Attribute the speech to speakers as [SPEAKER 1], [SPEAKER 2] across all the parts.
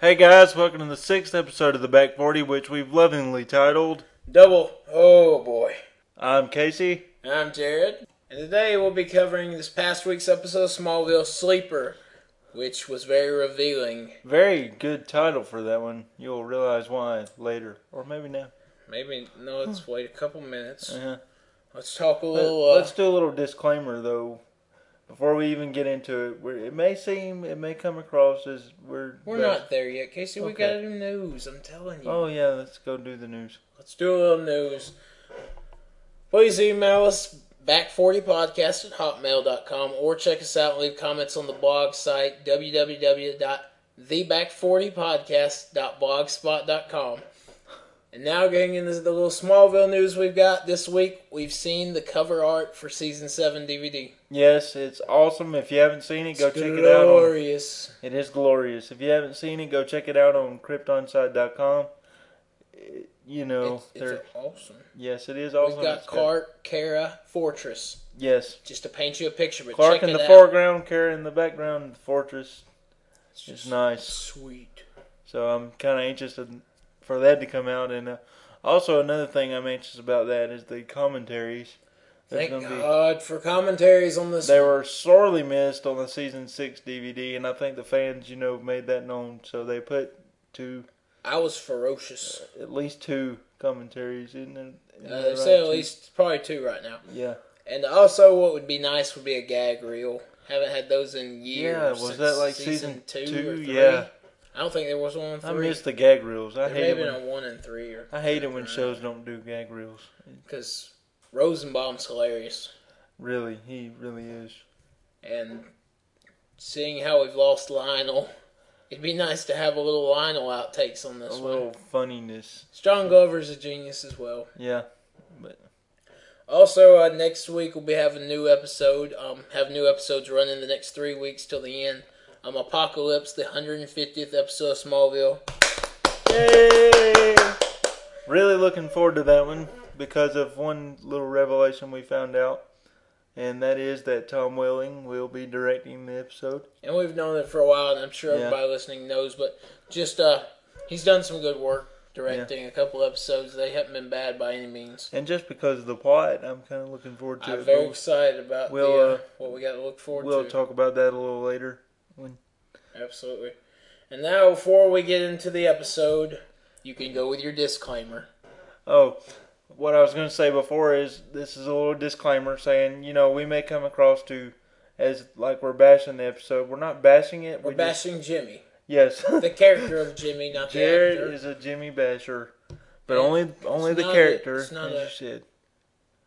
[SPEAKER 1] Hey guys, welcome to the sixth episode of the Back 40, which we've lovingly titled
[SPEAKER 2] Double. Oh boy.
[SPEAKER 1] I'm Casey.
[SPEAKER 2] I'm Jared, and today we'll be covering this past week's episode of Smallville Sleeper, which was very revealing.
[SPEAKER 1] Very good title for that one. You'll realize why later, or maybe now.
[SPEAKER 2] Maybe no, let's wait a couple minutes.
[SPEAKER 1] Uh-huh.
[SPEAKER 2] Let's talk a
[SPEAKER 1] Let-
[SPEAKER 2] little. Uh,
[SPEAKER 1] Let's do a little disclaimer though. Before we even get into it, we're, it may seem, it may come across as we're.
[SPEAKER 2] we're not there yet, Casey. We
[SPEAKER 1] Okay.
[SPEAKER 2] gotta do news. I'm telling you.
[SPEAKER 1] Oh yeah, let's go do the news.
[SPEAKER 2] Let's do a little news. Please email us back40podcast at hotmail.com or check us out and leave comments on the blog site www.theback40podcast.blogspot.com. And now, getting into the little Smallville news we've got this week, we've seen the cover art for season 7 DVD.
[SPEAKER 1] Yes, it's awesome. If you haven't seen it, go
[SPEAKER 2] It's
[SPEAKER 1] check it out. On,
[SPEAKER 2] glorious.
[SPEAKER 1] it is glorious. If you haven't seen it, go check it out on KryptonSite.com. It- You know,
[SPEAKER 2] It's,
[SPEAKER 1] there-
[SPEAKER 2] it's awesome.
[SPEAKER 1] Yes, it is awesome.
[SPEAKER 2] We've got
[SPEAKER 1] It's good.
[SPEAKER 2] Clark, Kara, Fortress.
[SPEAKER 1] Yes,
[SPEAKER 2] Just to paint you a picture, but
[SPEAKER 1] Clark
[SPEAKER 2] check
[SPEAKER 1] in
[SPEAKER 2] it
[SPEAKER 1] the
[SPEAKER 2] out.
[SPEAKER 1] foreground, Kara in the background. The fortress
[SPEAKER 2] It's
[SPEAKER 1] is
[SPEAKER 2] just
[SPEAKER 1] nice,
[SPEAKER 2] sweet.
[SPEAKER 1] so I'm kind of anxious to- for that to come out. And uh, also another thing I'm anxious about that is the commentaries. There's
[SPEAKER 2] Thank
[SPEAKER 1] gonna be-
[SPEAKER 2] God for commentaries on this.
[SPEAKER 1] They were sorely missed on the season six DVD, and I think the fans, you know, made that known. So they put two,
[SPEAKER 2] I was ferocious.
[SPEAKER 1] at least two commentaries in. The, in
[SPEAKER 2] Uh,
[SPEAKER 1] the
[SPEAKER 2] they say
[SPEAKER 1] right
[SPEAKER 2] at
[SPEAKER 1] two-
[SPEAKER 2] least probably two right now.
[SPEAKER 1] Yeah.
[SPEAKER 2] And also, what would be nice would be a gag reel. Haven't had those in years.
[SPEAKER 1] Yeah, was
[SPEAKER 2] since
[SPEAKER 1] that like season two? Yeah.
[SPEAKER 2] I don't think there was one in
[SPEAKER 1] I
[SPEAKER 2] three.
[SPEAKER 1] miss the gag reels. I
[SPEAKER 2] there may
[SPEAKER 1] hate it.
[SPEAKER 2] have been
[SPEAKER 1] When,
[SPEAKER 2] a one in three or
[SPEAKER 1] I hate it when shows don't do gag reels.
[SPEAKER 2] because Rosenbaum's hilarious,
[SPEAKER 1] Really, he really is.
[SPEAKER 2] and seeing how we've lost Lionel, it'd be nice to have a little Lionel outtakes on
[SPEAKER 1] A
[SPEAKER 2] this one.
[SPEAKER 1] little funniness.
[SPEAKER 2] John Glover's a genius as well.
[SPEAKER 1] Yeah.
[SPEAKER 2] Also, uh, next week we'll be having a new episode. Um, have new episodes running the next three weeks till the end. Um, Apocalypse, the 150th episode of Smallville.
[SPEAKER 1] Yay! Really looking forward to that one because of one little revelation we found out, and that is that Tom Welling will be directing the episode.
[SPEAKER 2] And we've known it for a while, and I'm sure
[SPEAKER 1] Yeah.
[SPEAKER 2] everybody listening knows, but just, uh, he's done some good work directing a couple episodes. They haven't been bad by any means.
[SPEAKER 1] And just because of the plot, I'm kind of looking forward to
[SPEAKER 2] I'm
[SPEAKER 1] it.
[SPEAKER 2] very
[SPEAKER 1] but
[SPEAKER 2] excited about
[SPEAKER 1] we'll,
[SPEAKER 2] the, uh,
[SPEAKER 1] uh,
[SPEAKER 2] what we got to look forward
[SPEAKER 1] we'll
[SPEAKER 2] to.
[SPEAKER 1] talk about that a little later.
[SPEAKER 2] Absolutely. And now, before we get into the episode, you can go with your disclaimer.
[SPEAKER 1] Oh, what I was going to say before is this is a little disclaimer saying, you know, we may come across to as like we're bashing the episode. We're not bashing it.
[SPEAKER 2] We're
[SPEAKER 1] we just-
[SPEAKER 2] bashing Jimmy,
[SPEAKER 1] Yes.
[SPEAKER 2] the character of Jimmy, not the
[SPEAKER 1] Jared
[SPEAKER 2] actor.
[SPEAKER 1] is a Jimmy Basher, but
[SPEAKER 2] Yeah.
[SPEAKER 1] only only
[SPEAKER 2] It's
[SPEAKER 1] the
[SPEAKER 2] not a-
[SPEAKER 1] character,
[SPEAKER 2] it's not
[SPEAKER 1] as
[SPEAKER 2] a-
[SPEAKER 1] you said.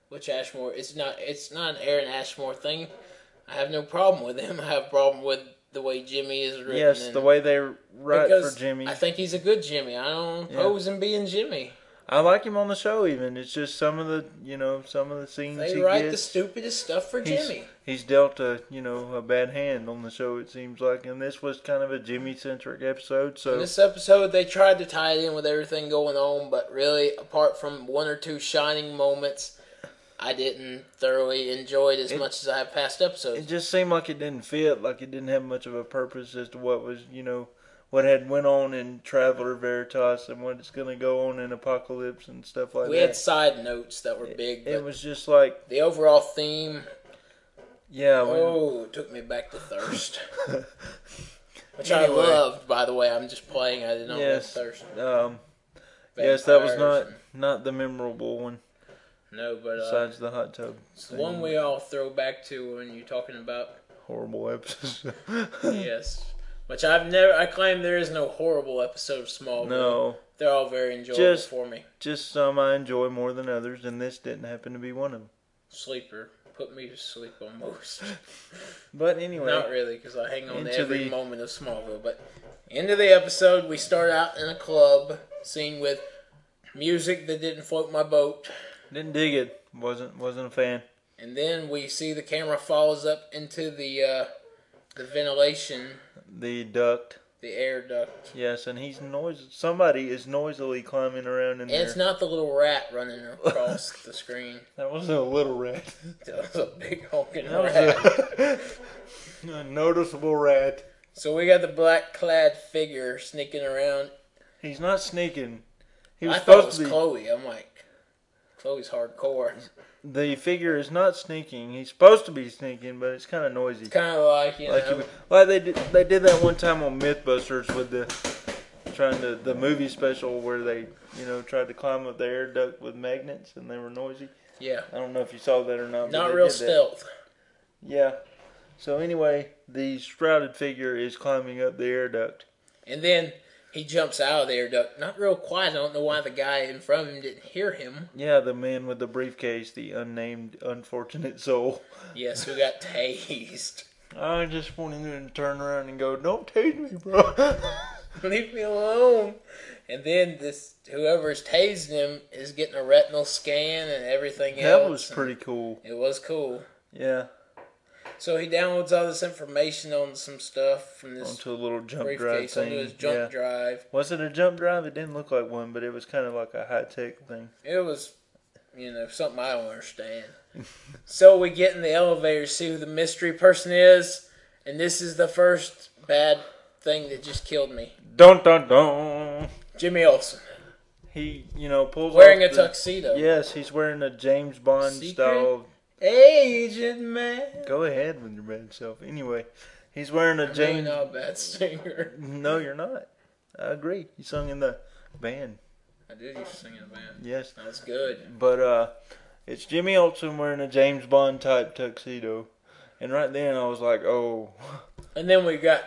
[SPEAKER 2] Which Ashmore? It's not. It's not an Aaron Ashmore thing. I have no problem with him. I have a problem with the way Jimmy is written.
[SPEAKER 1] Yes, the
[SPEAKER 2] and-
[SPEAKER 1] way they write
[SPEAKER 2] because
[SPEAKER 1] for Jimmy.
[SPEAKER 2] I
[SPEAKER 1] I,
[SPEAKER 2] think he's a good Jimmy. I don't
[SPEAKER 1] Yeah.
[SPEAKER 2] oppose him being Jimmy.
[SPEAKER 1] like him on the show. Even it's just some of the you know some of the scenes
[SPEAKER 2] They
[SPEAKER 1] he
[SPEAKER 2] write the
[SPEAKER 1] gets.
[SPEAKER 2] stupidest stuff for
[SPEAKER 1] he's,
[SPEAKER 2] Jimmy.
[SPEAKER 1] he's dealt a you know a bad hand on the show. It seems like, and this was kind of a Jimmy centric episode.
[SPEAKER 2] In
[SPEAKER 1] So
[SPEAKER 2] this episode, they tried to tie it in with everything going on, but really, apart from one or two shining moments, I didn't thoroughly enjoy it as
[SPEAKER 1] It-
[SPEAKER 2] much as I have past episodes.
[SPEAKER 1] it just seemed like it didn't fit. Like it didn't have much of a purpose as to what was you know what had went on in Traveler Veritas and what is going to go on in Apocalypse and stuff like
[SPEAKER 2] we
[SPEAKER 1] that.
[SPEAKER 2] had side notes that were big, but
[SPEAKER 1] it was just like
[SPEAKER 2] the overall theme
[SPEAKER 1] Yeah, um, we,
[SPEAKER 2] Oh, it took me back to thirst. Which I
[SPEAKER 1] Anyway.
[SPEAKER 2] loved, by the way. I'm just playing. I didn't know
[SPEAKER 1] Yes.
[SPEAKER 2] about thirst.
[SPEAKER 1] um, yes, that was not
[SPEAKER 2] Vampires and-
[SPEAKER 1] not the memorable one
[SPEAKER 2] No, but uh,
[SPEAKER 1] besides the hot tub.
[SPEAKER 2] it's the one we all throw back to when you're talking about.
[SPEAKER 1] Horrible episode.
[SPEAKER 2] yes. Which I've never. I claim there is no horrible episode of Smallville.
[SPEAKER 1] no,
[SPEAKER 2] They're all very enjoyable
[SPEAKER 1] Just-
[SPEAKER 2] for me.
[SPEAKER 1] just some I enjoy more than others, and this didn't happen to be one of them.
[SPEAKER 2] Sleeper. Put me to sleep almost.
[SPEAKER 1] But anyway,
[SPEAKER 2] Not really, because I hang on to
[SPEAKER 1] Into
[SPEAKER 2] every
[SPEAKER 1] the-
[SPEAKER 2] moment of Smallville. But end of the episode, we start out in a club, scene with music that didn't float my boat,
[SPEAKER 1] didn't dig it. wasn't wasn't a fan.
[SPEAKER 2] and then we see the camera follows up into the uh, the ventilation,
[SPEAKER 1] The duct,
[SPEAKER 2] the air duct.
[SPEAKER 1] yes, and he's noise. Somebody is noisily climbing around in
[SPEAKER 2] And
[SPEAKER 1] there.
[SPEAKER 2] it's not the little rat running across the screen.
[SPEAKER 1] that wasn't a little rat.
[SPEAKER 2] That was a big honking
[SPEAKER 1] That was
[SPEAKER 2] rat.
[SPEAKER 1] a, a noticeable rat.
[SPEAKER 2] So we got the black clad figure sneaking around.
[SPEAKER 1] He's not sneaking. He was
[SPEAKER 2] I thought it
[SPEAKER 1] supposed
[SPEAKER 2] was
[SPEAKER 1] to be.
[SPEAKER 2] Chloe. I'm like, Chloe's hardcore.
[SPEAKER 1] the figure is not sneaking. He's supposed to be sneaking, but it's kind of noisy.
[SPEAKER 2] Kind of like you
[SPEAKER 1] like
[SPEAKER 2] know.
[SPEAKER 1] you, like they did, they did that one time on MythBusters with the trying to the movie special where they you know tried to climb up the air duct with magnets and they were noisy.
[SPEAKER 2] yeah,
[SPEAKER 1] I don't know if you saw that or not. but
[SPEAKER 2] not
[SPEAKER 1] they
[SPEAKER 2] real
[SPEAKER 1] did that.
[SPEAKER 2] stealth.
[SPEAKER 1] Yeah. So anyway, the shrouded figure is climbing up the air duct.
[SPEAKER 2] And then he jumps out of the air duct. Not real quiet. I don't know why the guy in front of him didn't hear him.
[SPEAKER 1] Yeah, the man with the briefcase, the unnamed unfortunate soul.
[SPEAKER 2] Yes, we got tased.
[SPEAKER 1] I just wanted him to turn around and go, "Don't tase me, bro."
[SPEAKER 2] Leave me alone. And then this whoever's tasing him is getting a retinal scan and everything else.
[SPEAKER 1] that was pretty cool.
[SPEAKER 2] It was cool.
[SPEAKER 1] Yeah,
[SPEAKER 2] So he downloads all this information on some stuff from this
[SPEAKER 1] onto a little jump drive
[SPEAKER 2] briefcase
[SPEAKER 1] thing.
[SPEAKER 2] onto his jump
[SPEAKER 1] yeah.
[SPEAKER 2] drive.
[SPEAKER 1] Was it a jump drive? It didn't look like one, but it was kind of like a high tech thing.
[SPEAKER 2] It was, you know, something I don't understand. so we get in the elevator, see who the mystery person is, and this is the first bad thing that just killed me.
[SPEAKER 1] Dun dun dun.
[SPEAKER 2] Jimmy Olsen
[SPEAKER 1] He, you know, pulls
[SPEAKER 2] wearing a
[SPEAKER 1] off the-
[SPEAKER 2] tuxedo.
[SPEAKER 1] Yes, he's wearing a James Bond
[SPEAKER 2] Secret?
[SPEAKER 1] style.
[SPEAKER 2] Agent man.
[SPEAKER 1] Go ahead with your bad self. Anyway, he's wearing a
[SPEAKER 2] Really
[SPEAKER 1] James.
[SPEAKER 2] not a bad singer.
[SPEAKER 1] No, you're not. I agree. He sung in the band.
[SPEAKER 2] I did used to sing in a band.
[SPEAKER 1] Yes,
[SPEAKER 2] That was good.
[SPEAKER 1] but uh, it's Jimmy Olsen wearing a James Bond type tuxedo, and right then I was like, oh,
[SPEAKER 2] And then we got.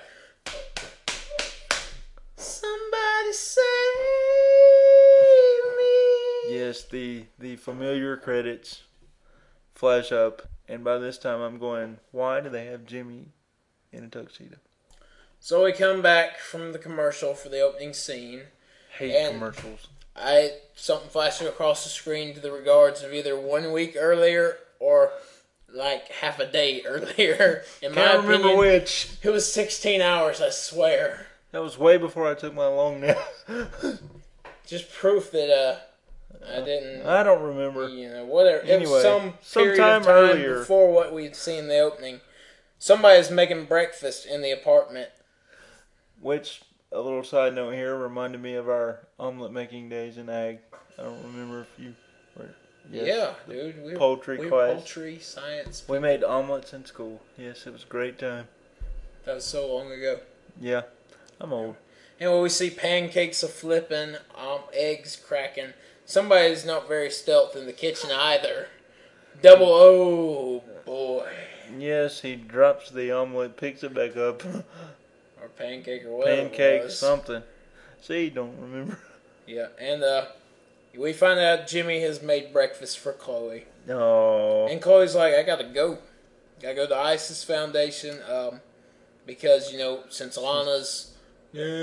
[SPEAKER 2] Somebody save me.
[SPEAKER 1] Yes, the the familiar credits flash up, and by this time I'm going, why do they have Jimmy in a tuxedo?
[SPEAKER 2] So we come back from the commercial for the opening scene.
[SPEAKER 1] Hate
[SPEAKER 2] And-
[SPEAKER 1] commercials.
[SPEAKER 2] I something flashing across the screen to the regards of either one week earlier or like half a day earlier. In my
[SPEAKER 1] Can't remember
[SPEAKER 2] opinion,
[SPEAKER 1] which.
[SPEAKER 2] it was 16 hours. I swear,
[SPEAKER 1] That was way before I took my long nap.
[SPEAKER 2] just proof that uh, I didn't.
[SPEAKER 1] I don't remember.
[SPEAKER 2] You know, whatever. it
[SPEAKER 1] Anyway,
[SPEAKER 2] was some period
[SPEAKER 1] sometime
[SPEAKER 2] of time
[SPEAKER 1] earlier.
[SPEAKER 2] before what we'd seen in the opening. Somebody's making breakfast in the apartment.
[SPEAKER 1] Which a little side note here reminded me of our omelet making days in ag. I don't remember if you were. yes.
[SPEAKER 2] yeah, dude. We,
[SPEAKER 1] poultry
[SPEAKER 2] we
[SPEAKER 1] class.
[SPEAKER 2] poultry science.
[SPEAKER 1] We made omelets in school. Yes, it was a great time.
[SPEAKER 2] That was so long ago.
[SPEAKER 1] Yeah, I'm old.
[SPEAKER 2] Anyway, we see pancakes a flipping, um, eggs cracking. Somebody's not very stealth in the kitchen either. Double O boy,
[SPEAKER 1] Yes, he drops the omelet, picks it back up.
[SPEAKER 2] or pancake or whatever. it
[SPEAKER 1] pancake
[SPEAKER 2] was.
[SPEAKER 1] something. See, don't remember.
[SPEAKER 2] Yeah, and uh, we find out Jimmy has made breakfast for Chloe,
[SPEAKER 1] No.
[SPEAKER 2] and Chloe's like, "I gotta go, gotta go to ISIS Foundation, um, because you know since Lana's."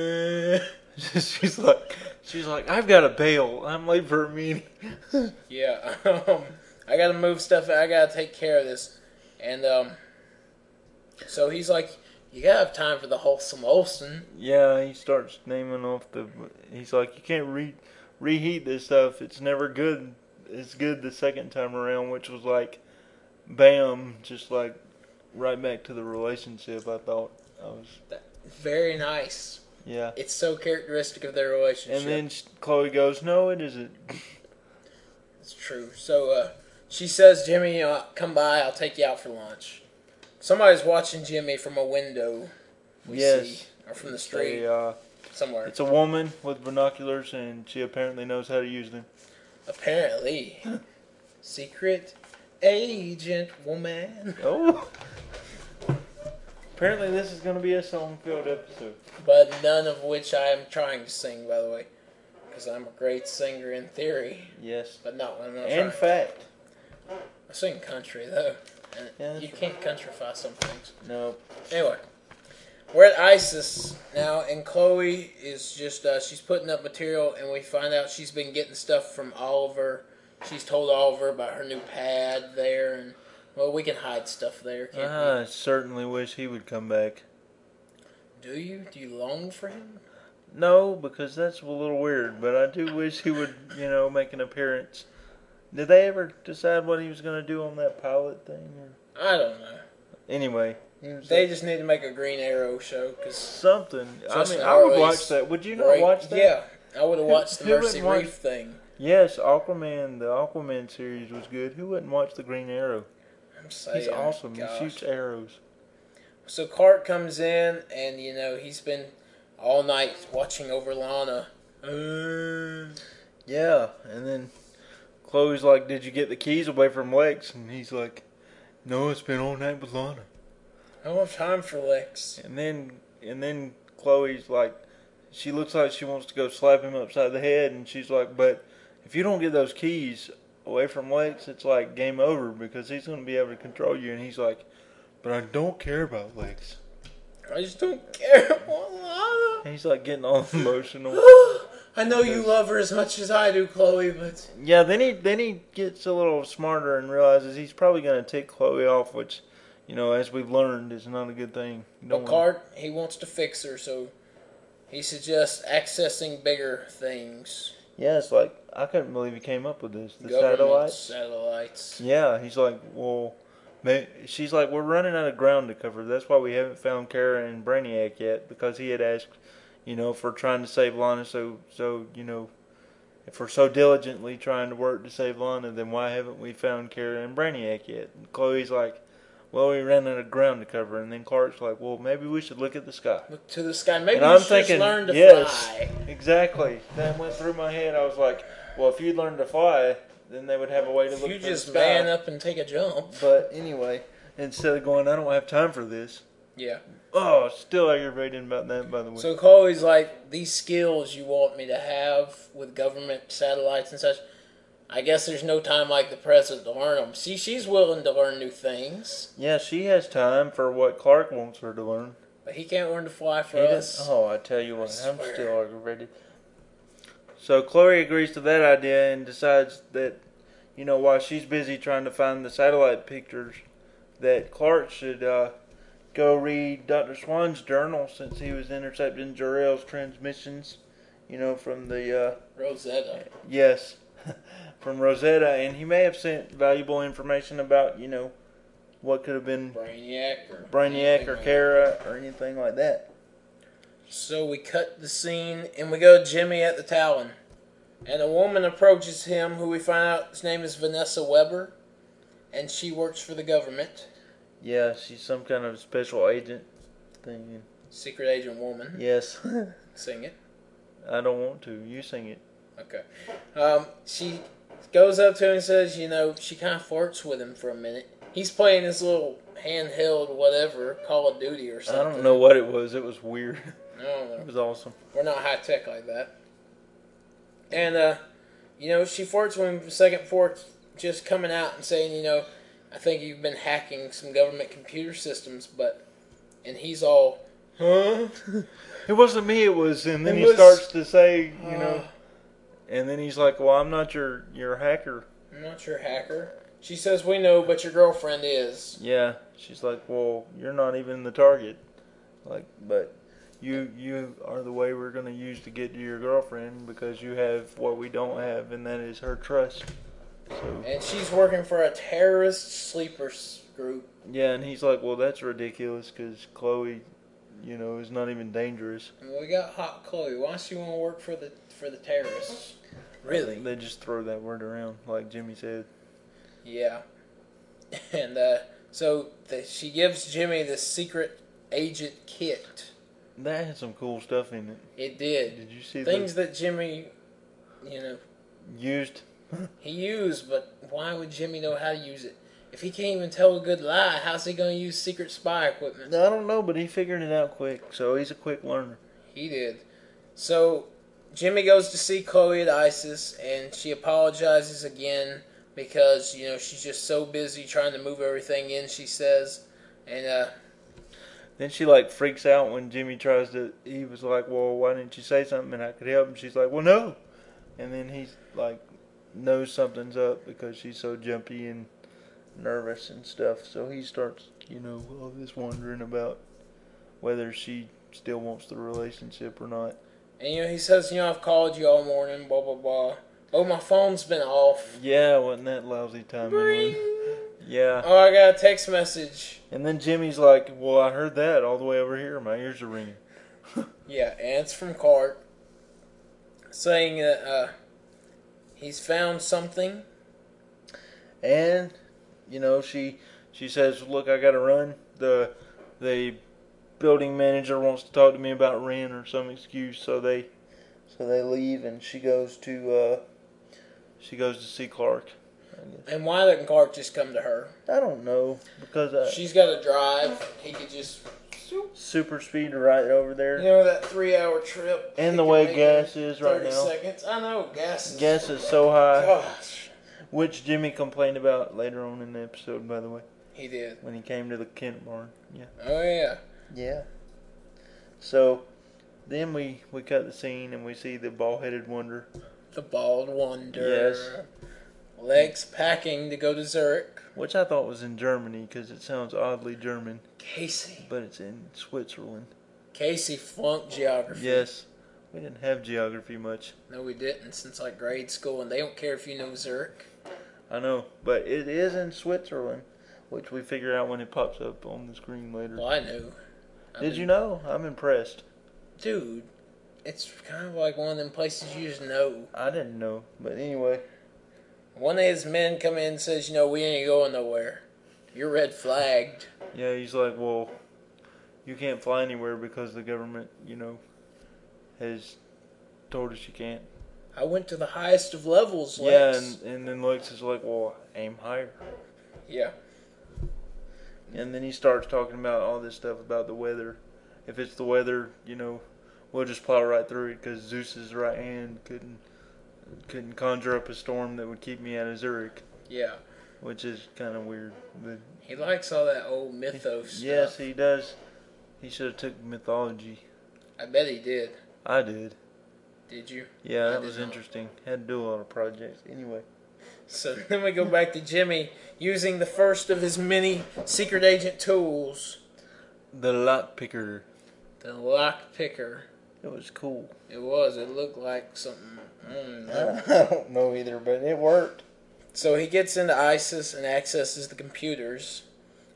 [SPEAKER 1] she's like, she's like, I've got a bail. I'm late for a meeting.
[SPEAKER 2] Yeah, um, I gotta move stuff. I gotta take care of this, and um, so he's like, "You gotta have time for the wholesome Olsen."
[SPEAKER 1] yeah, he starts naming off the. He's like, you can't re- reheat this stuff. It's never good. It's good the second time around, which was like, bam, just like right back to the relationship. I thought I was,
[SPEAKER 2] That, very nice.
[SPEAKER 1] yeah.
[SPEAKER 2] It's so characteristic of their
[SPEAKER 1] And
[SPEAKER 2] relationship.
[SPEAKER 1] then Chloe goes, no, it isn't.
[SPEAKER 2] it's true. So uh, she says, "Jimmy, uh, come by. I'll take you out for lunch." Somebody's watching Jimmy from a window. We
[SPEAKER 1] Yes.
[SPEAKER 2] see, or from the
[SPEAKER 1] They,
[SPEAKER 2] street
[SPEAKER 1] uh,
[SPEAKER 2] somewhere.
[SPEAKER 1] It's a woman with binoculars, and she apparently knows how to use them.
[SPEAKER 2] Apparently, secret agent woman.
[SPEAKER 1] Oh. apparently, this is going to be a song-filled episode.
[SPEAKER 2] but none of which I am trying to sing, by the way, because I'm a great singer in theory,
[SPEAKER 1] Yes.
[SPEAKER 2] but not when I'm not
[SPEAKER 1] And
[SPEAKER 2] trying.
[SPEAKER 1] fact.
[SPEAKER 2] I sing country though, and
[SPEAKER 1] Yeah, that's
[SPEAKER 2] you can't countrify some things.
[SPEAKER 1] No.
[SPEAKER 2] Anyway, we're at ISIS now, and Chloe is just uh, she's putting up material, and we find out she's been getting stuff from Oliver. She's told Oliver about her new pad there, and well, we can hide stuff there, can't
[SPEAKER 1] I certainly wish he would come back.
[SPEAKER 2] we? Do you? Do you long for him?
[SPEAKER 1] No, because that's a little weird, but I do wish he would, you know, make an appearance. Did they ever decide what he was going to do on that pilot thing? Or...
[SPEAKER 2] I don't know.
[SPEAKER 1] Anyway, Use
[SPEAKER 2] They
[SPEAKER 1] it.
[SPEAKER 2] just need to make a Green Arrow show because
[SPEAKER 1] something. I
[SPEAKER 2] Justin
[SPEAKER 1] mean, I would
[SPEAKER 2] Hurwitz,
[SPEAKER 1] watch that. Would you not watch that?
[SPEAKER 2] Yeah, I would have
[SPEAKER 1] Who-
[SPEAKER 2] watched the
[SPEAKER 1] who
[SPEAKER 2] Mercy
[SPEAKER 1] wouldn't watch-
[SPEAKER 2] Reef thing.
[SPEAKER 1] Yes, Aquaman. The Aquaman series was good. Who wouldn't watch the Green Arrow?
[SPEAKER 2] I'm
[SPEAKER 1] He's
[SPEAKER 2] saying,
[SPEAKER 1] awesome.
[SPEAKER 2] gosh.
[SPEAKER 1] He shoots arrows.
[SPEAKER 2] So Clark comes in, and you know he's been all night watching over Lana. Uh,
[SPEAKER 1] Yeah, and then Chloe's like, "Did you get the keys away from Lex?" And he's like, "No, it's been all night with Lana."
[SPEAKER 2] I don't have time for Lex.
[SPEAKER 1] And then and then Chloe's like, she looks like she wants to go slap him upside the head, and she's like, "But if you don't get those keys away from Lex, it's like game over because he's gonna be able to control you." And he's like, "But I don't care about Lex."
[SPEAKER 2] I just don't care about Lana.
[SPEAKER 1] And he's like getting all emotional.
[SPEAKER 2] I know you love her as much as I do, Chloe, but
[SPEAKER 1] Yeah, then he then he gets a little smarter and realizes he's probably going to tick Chloe off, which, you know, as we've learned, is not a good thing. You
[SPEAKER 2] but
[SPEAKER 1] don't wanna-
[SPEAKER 2] Clark he wants to fix her, so he suggests accessing bigger things.
[SPEAKER 1] yeah, it's like I couldn't believe he came up with this. The
[SPEAKER 2] Government
[SPEAKER 1] satellites.
[SPEAKER 2] Satellites.
[SPEAKER 1] Yeah, he's like, well, ma- she's like, we're running out of ground to cover. That's why we haven't found Kara and Brainiac yet because he had asked, you know, for trying to save Lana. So so you know, if we're so diligently trying to work to save Lana, then why haven't we found Kara and Brainiac yet? And Chloe's like, well, we ran out of ground to cover. And then Clark's like, well, maybe we should look at the sky.
[SPEAKER 2] Look to the sky. Maybe
[SPEAKER 1] And
[SPEAKER 2] you
[SPEAKER 1] I'm
[SPEAKER 2] should
[SPEAKER 1] thinking,
[SPEAKER 2] just learn to
[SPEAKER 1] yes,
[SPEAKER 2] fly.
[SPEAKER 1] exactly. That went through my head. I was like, well, if you learned to fly, then they would have a way to
[SPEAKER 2] If
[SPEAKER 1] look.
[SPEAKER 2] you
[SPEAKER 1] for the
[SPEAKER 2] just
[SPEAKER 1] sky.
[SPEAKER 2] man up and take a jump.
[SPEAKER 1] But anyway, instead of going, I don't have time for this.
[SPEAKER 2] Yeah.
[SPEAKER 1] Oh, still aggravated about that, by the way.
[SPEAKER 2] So Chloe's like, these skills you want me to have with government satellites and such. I guess there's no time like the present to learn them. See, she's willing to learn new things,
[SPEAKER 1] yeah, she has time for what Clark wants her to learn.
[SPEAKER 2] but he can't learn to fly for
[SPEAKER 1] He
[SPEAKER 2] us.
[SPEAKER 1] does- oh, I tell you what,
[SPEAKER 2] I
[SPEAKER 1] I'm
[SPEAKER 2] swear.
[SPEAKER 1] still aggravated. So Chloe agrees to that idea and decides that, you know, while she's busy trying to find the satellite pictures, that Clark should uh, go read Dr. Swan's journal since he was intercepting Jarrell's transmissions, you know, from the. Uh,
[SPEAKER 2] Rosetta.
[SPEAKER 1] Yes, from Rosetta, and he may have sent valuable information about you know what could have been
[SPEAKER 2] Brainiac or
[SPEAKER 1] Brainiac
[SPEAKER 2] anything
[SPEAKER 1] or
[SPEAKER 2] like
[SPEAKER 1] Kara or anything like that.
[SPEAKER 2] that. So we cut the scene and we go to Jimmy at the Talon. And a woman approaches him who we find out his name is Vanessa Weber and she works for the government.
[SPEAKER 1] Yeah, she's some kind of special agent thing.
[SPEAKER 2] Secret agent woman.
[SPEAKER 1] Yes,
[SPEAKER 2] Sing it.
[SPEAKER 1] I don't want to. You sing it.
[SPEAKER 2] Okay. Um, she goes up to him and says, you know, she kind of flirts with him for a minute. He's playing his little handheld whatever, Call of Duty or
[SPEAKER 1] I
[SPEAKER 2] something.
[SPEAKER 1] don't know what it was. It was weird.
[SPEAKER 2] I don't know.
[SPEAKER 1] It was awesome.
[SPEAKER 2] We're not high tech like that. And, uh, you know, she flirts with him for a second before just coming out and saying, you know, I think you've been hacking some government computer systems, but. And he's all, huh?
[SPEAKER 1] It wasn't me. It was, and then
[SPEAKER 2] It
[SPEAKER 1] he
[SPEAKER 2] was-
[SPEAKER 1] starts to say, you know,
[SPEAKER 2] Uh.
[SPEAKER 1] and then he's like, "Well, I'm not your your hacker."
[SPEAKER 2] I'm not your hacker. She says, we know, but your girlfriend is.
[SPEAKER 1] Yeah, she's like, "Well, you're not even the target." Like, but you you are the way we're gonna use to get to your girlfriend because you have what we don't have, and that is her trust. So
[SPEAKER 2] and she's working for a terrorist sleeper s- group.
[SPEAKER 1] yeah, and he's like, "Well, that's ridiculous because Chloe, you know, is not even dangerous."
[SPEAKER 2] And we got hot Chloe. Why does she want to work for the for the terrorists? Really?
[SPEAKER 1] They just throw that word around, like Jimmy said.
[SPEAKER 2] Yeah. And uh, so the, she gives Jimmy this secret agent kit.
[SPEAKER 1] That had some cool stuff in it.
[SPEAKER 2] It did
[SPEAKER 1] Did you see
[SPEAKER 2] things that Jimmy, you know,
[SPEAKER 1] the used?
[SPEAKER 2] he used. But why would Jimmy know how to use it? If he can't even tell a good lie, how's he gonna use secret spy equipment?
[SPEAKER 1] I don't know, but he figured it out quick, so he's a quick learner.
[SPEAKER 2] He did. So Jimmy goes to see Chloe at ISIS, and she apologizes again because you know she's just so busy trying to move everything in. She says, and uh,
[SPEAKER 1] Then she like freaks out when Jimmy tries to. He was like, "Well, why didn't you say something and I could help?" And she's like, "Well, no." And then he's like, knows something's up because she's so jumpy and nervous and stuff. So he starts, you know, all this wondering about whether she still wants the relationship or not.
[SPEAKER 2] and you know he says, you know I've called you all morning, blah blah blah. Oh, my phone's been off.
[SPEAKER 1] Yeah, wasn't that lousy time? anyway?
[SPEAKER 2] Ring.
[SPEAKER 1] Yeah.
[SPEAKER 2] Oh, I got a text message.
[SPEAKER 1] And then Jimmy's like, "Well, I heard that all the way over here. My ears are ringing."
[SPEAKER 2] Yeah, and it's from Clark saying that uh, he's found something.
[SPEAKER 1] And you know, she she says, "Look, I got to run. The the building manager wants to talk to me about rent or some excuse." So they so they leave, and she goes to uh, she goes to see Clark. I guess.
[SPEAKER 2] And why didn't Clark just come to her?
[SPEAKER 1] I don't know because uh, I,
[SPEAKER 2] She's got a drive. He could just.
[SPEAKER 1] super speed right over there.
[SPEAKER 2] You know that three-hour trip.
[SPEAKER 1] And
[SPEAKER 2] He
[SPEAKER 1] the
[SPEAKER 2] could
[SPEAKER 1] way
[SPEAKER 2] make it
[SPEAKER 1] gas is right
[SPEAKER 2] 30
[SPEAKER 1] now.
[SPEAKER 2] seconds. I know gas. Is,
[SPEAKER 1] Gas is so high,
[SPEAKER 2] Gosh,
[SPEAKER 1] which Jimmy complained about later on in the episode, by the way,
[SPEAKER 2] he did.
[SPEAKER 1] when he came to the Kent barn. Yeah.
[SPEAKER 2] Oh yeah.
[SPEAKER 1] Yeah. So then we we cut the scene and we see the ball-headed wonder.
[SPEAKER 2] The bald wonder. Yes. Legs packing to go to Zurich.
[SPEAKER 1] Which I thought was in Germany because it sounds oddly German,
[SPEAKER 2] Casey.
[SPEAKER 1] but it's in Switzerland.
[SPEAKER 2] Casey flunked geography.
[SPEAKER 1] Yes, we didn't have geography much.
[SPEAKER 2] No, we didn't since like grade school, and they don't care if you know Zurich.
[SPEAKER 1] I know, but it is in Switzerland, which we figure out when it pops up on the screen later.
[SPEAKER 2] Well, I knew. I
[SPEAKER 1] Did you know? I'm impressed.
[SPEAKER 2] dude? It's kind of like one of them places you just know.
[SPEAKER 1] I didn't know, but anyway.
[SPEAKER 2] One of his men come in and says, "You know, we ain't going nowhere. You're red flagged."
[SPEAKER 1] Yeah, he's like, well, you can't fly anywhere because the government, you know, has told us you can't.
[SPEAKER 2] I went to the highest of levels.
[SPEAKER 1] Yeah,
[SPEAKER 2] Lex.
[SPEAKER 1] and, and then Lex is like, well, aim higher.
[SPEAKER 2] yeah.
[SPEAKER 1] And then he starts talking about all this stuff about the weather. If it's the weather, you know, we'll just plow right through it because Zeus's right hand couldn't couldn't conjure up a storm that would keep me out of Zurich,
[SPEAKER 2] Yeah,
[SPEAKER 1] which is kind of weird. But
[SPEAKER 2] he likes all that old mythos.
[SPEAKER 1] yes,
[SPEAKER 2] stuff.
[SPEAKER 1] he does. He should have took mythology.
[SPEAKER 2] I bet he did.
[SPEAKER 1] I did.
[SPEAKER 2] Did you?
[SPEAKER 1] Yeah,
[SPEAKER 2] I
[SPEAKER 1] that
[SPEAKER 2] did
[SPEAKER 1] was
[SPEAKER 2] not.
[SPEAKER 1] interesting. Had to do a lot of projects. Anyway,
[SPEAKER 2] So then we go back to Jimmy using the first of his many secret agent tools,
[SPEAKER 1] the lot picker.
[SPEAKER 2] the lock picker.
[SPEAKER 1] It was cool.
[SPEAKER 2] It was. It looked like something. Mm.
[SPEAKER 1] don't know either, but it worked.
[SPEAKER 2] So he gets into ISIS and accesses the computers,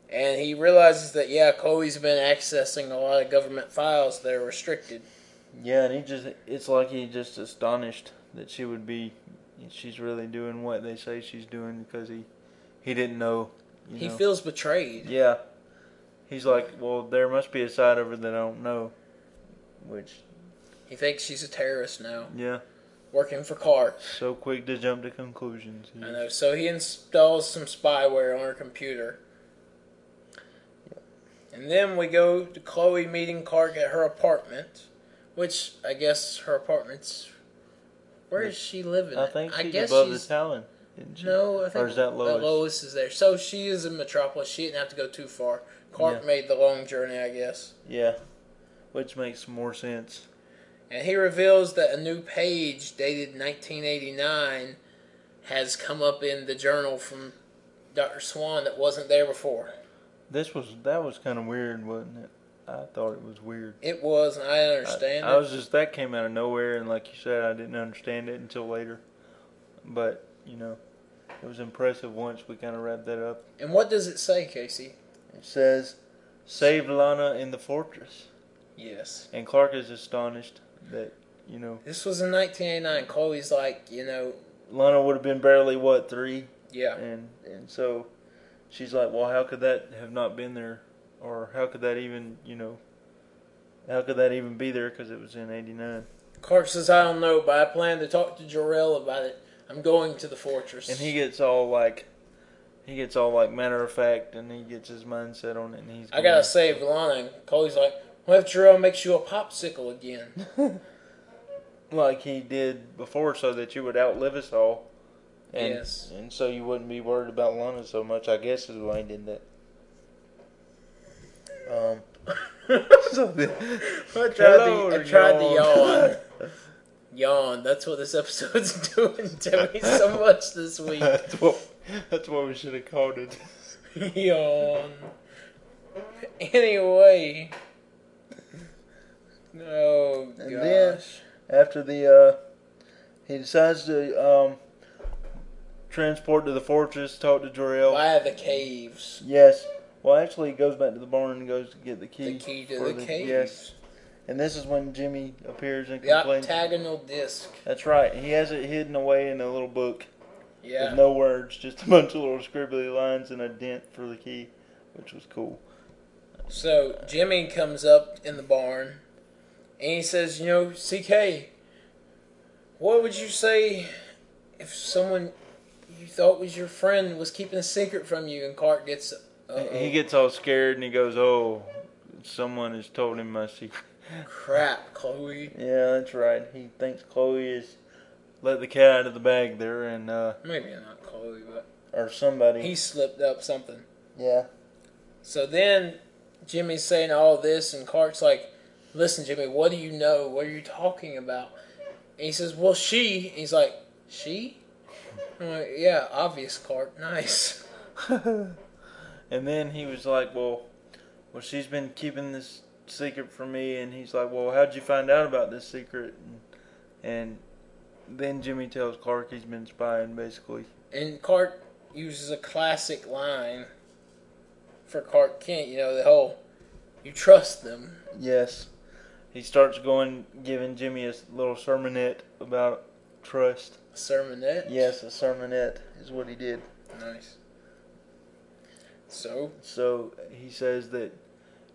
[SPEAKER 2] and he realizes that yeah, Chloe's been accessing a lot of government files that are restricted.
[SPEAKER 1] Yeah, and he just—it's like he just astonished that she would be. She's really doing what they say she's doing because he, he didn't know. You
[SPEAKER 2] He
[SPEAKER 1] know.
[SPEAKER 2] feels betrayed.
[SPEAKER 1] Yeah. He's like, well, there must be a side of her that I don't know. Which,
[SPEAKER 2] He thinks she's a terrorist now,
[SPEAKER 1] yeah,
[SPEAKER 2] working for Clark.
[SPEAKER 1] so quick to jump to conclusions.
[SPEAKER 2] I know. So he installs some spyware on her computer. And then we go to Chloe meeting Clark at her apartment, which I guess her apartment's. Where is she living?
[SPEAKER 1] I
[SPEAKER 2] at?
[SPEAKER 1] think
[SPEAKER 2] I
[SPEAKER 1] she's
[SPEAKER 2] guess
[SPEAKER 1] above
[SPEAKER 2] she's,
[SPEAKER 1] the Talon. Isn't she?
[SPEAKER 2] No, I think uh,
[SPEAKER 1] Or is that Lois?
[SPEAKER 2] is there. So she is in Metropolis. She didn't have to go too far. Clark
[SPEAKER 1] Yeah.
[SPEAKER 2] made the long journey, I guess.
[SPEAKER 1] Yeah. Which makes more sense.
[SPEAKER 2] And he reveals that a new page dated 1989 has come up in the journal from Dr. Swan that wasn't there before.
[SPEAKER 1] This was that was kind of weird, wasn't it? I thought it was weird.
[SPEAKER 2] It was, and I
[SPEAKER 1] I-
[SPEAKER 2] understand
[SPEAKER 1] I,
[SPEAKER 2] it.
[SPEAKER 1] was just that came out of nowhere, and like you said, I didn't understand it until later. But you know, it was impressive once we kind of wrapped that up.
[SPEAKER 2] and what does it say, Casey?
[SPEAKER 1] It says, "Save Lana in the fortress,"
[SPEAKER 2] Yes.
[SPEAKER 1] and Clark is astonished that you know
[SPEAKER 2] This was in 1989. Chloe's like, you know,
[SPEAKER 1] Lana would have been barely what three,
[SPEAKER 2] yeah.
[SPEAKER 1] and and so she's like, "Well, how could that have not been there, or how could that even you know?" How could that even be there? Because it was in '89.
[SPEAKER 2] Clark says, I don't know, but I plan to talk to Jarrell about it. I'm going to the fortress.
[SPEAKER 1] And he gets all like, he gets all like matter of fact, and he gets his mindset on it, and he's.
[SPEAKER 2] I gotta save Lana. And Chloe's like, what if Jarrell makes you a popsicle again?
[SPEAKER 1] like he did before, so that you would outlive us all. And,
[SPEAKER 2] Yes.
[SPEAKER 1] And so you wouldn't be worried about Lana so much. I guess is why he did that. Um. so the,
[SPEAKER 2] I tried,
[SPEAKER 1] Hello,
[SPEAKER 2] to, I tried
[SPEAKER 1] yawn.
[SPEAKER 2] to yawn. yawn. That's what this episode's doing to me so much this week.
[SPEAKER 1] that's what that's what we should have called it.
[SPEAKER 2] yawn. Anyway. Oh, gosh.
[SPEAKER 1] And then after the uh, he decides to um, transport to the fortress, talk to Jor-El.
[SPEAKER 2] Via the caves.
[SPEAKER 1] Yes. Well, actually, he goes back to the barn and goes to get the key.
[SPEAKER 2] The key to
[SPEAKER 1] for
[SPEAKER 2] the caves.
[SPEAKER 1] Yes. And this is when Jimmy appears and
[SPEAKER 2] The
[SPEAKER 1] complains.
[SPEAKER 2] octagonal disc.
[SPEAKER 1] That's right. He has it hidden away in a little book
[SPEAKER 2] Yeah.
[SPEAKER 1] with no words, just a bunch of little scribbly lines and a dent for the key, which was cool.
[SPEAKER 2] So Jimmy comes up in the barn and he says, You know, CK, what would you say if someone you thought was your friend was keeping a secret from you and Clark gets. uh
[SPEAKER 1] He gets all scared and he goes, "Oh, someone has told him my secret."
[SPEAKER 2] Crap, Chloe.
[SPEAKER 1] Yeah, that's right. He thinks Chloe is let the cat out of the bag there, and uh,
[SPEAKER 2] Maybe not Chloe, but
[SPEAKER 1] or somebody.
[SPEAKER 2] he slipped up something.
[SPEAKER 1] yeah.
[SPEAKER 2] So then Jimmy's saying all this, and Clark's like, Listen, Jimmy, what do you know? What are you talking about? And he says, Well, she. And he's like, She? I'm like, Yeah, obvious, Clark. Nice.
[SPEAKER 1] and then he was like, "Well, well, she's been keeping this secret from me," and he's like, "Well, how'd you find out about this secret?" And, and then Jimmy tells Clark he's been spying, basically.
[SPEAKER 2] And Clark uses a classic line for Clark Kent, you know, the whole, You trust them.
[SPEAKER 1] Yes. He starts going, giving Jimmy a little sermonette about trust.
[SPEAKER 2] Sermonette.
[SPEAKER 1] Yes, a sermonette is what he did.
[SPEAKER 2] Nice. So,
[SPEAKER 1] So he says that,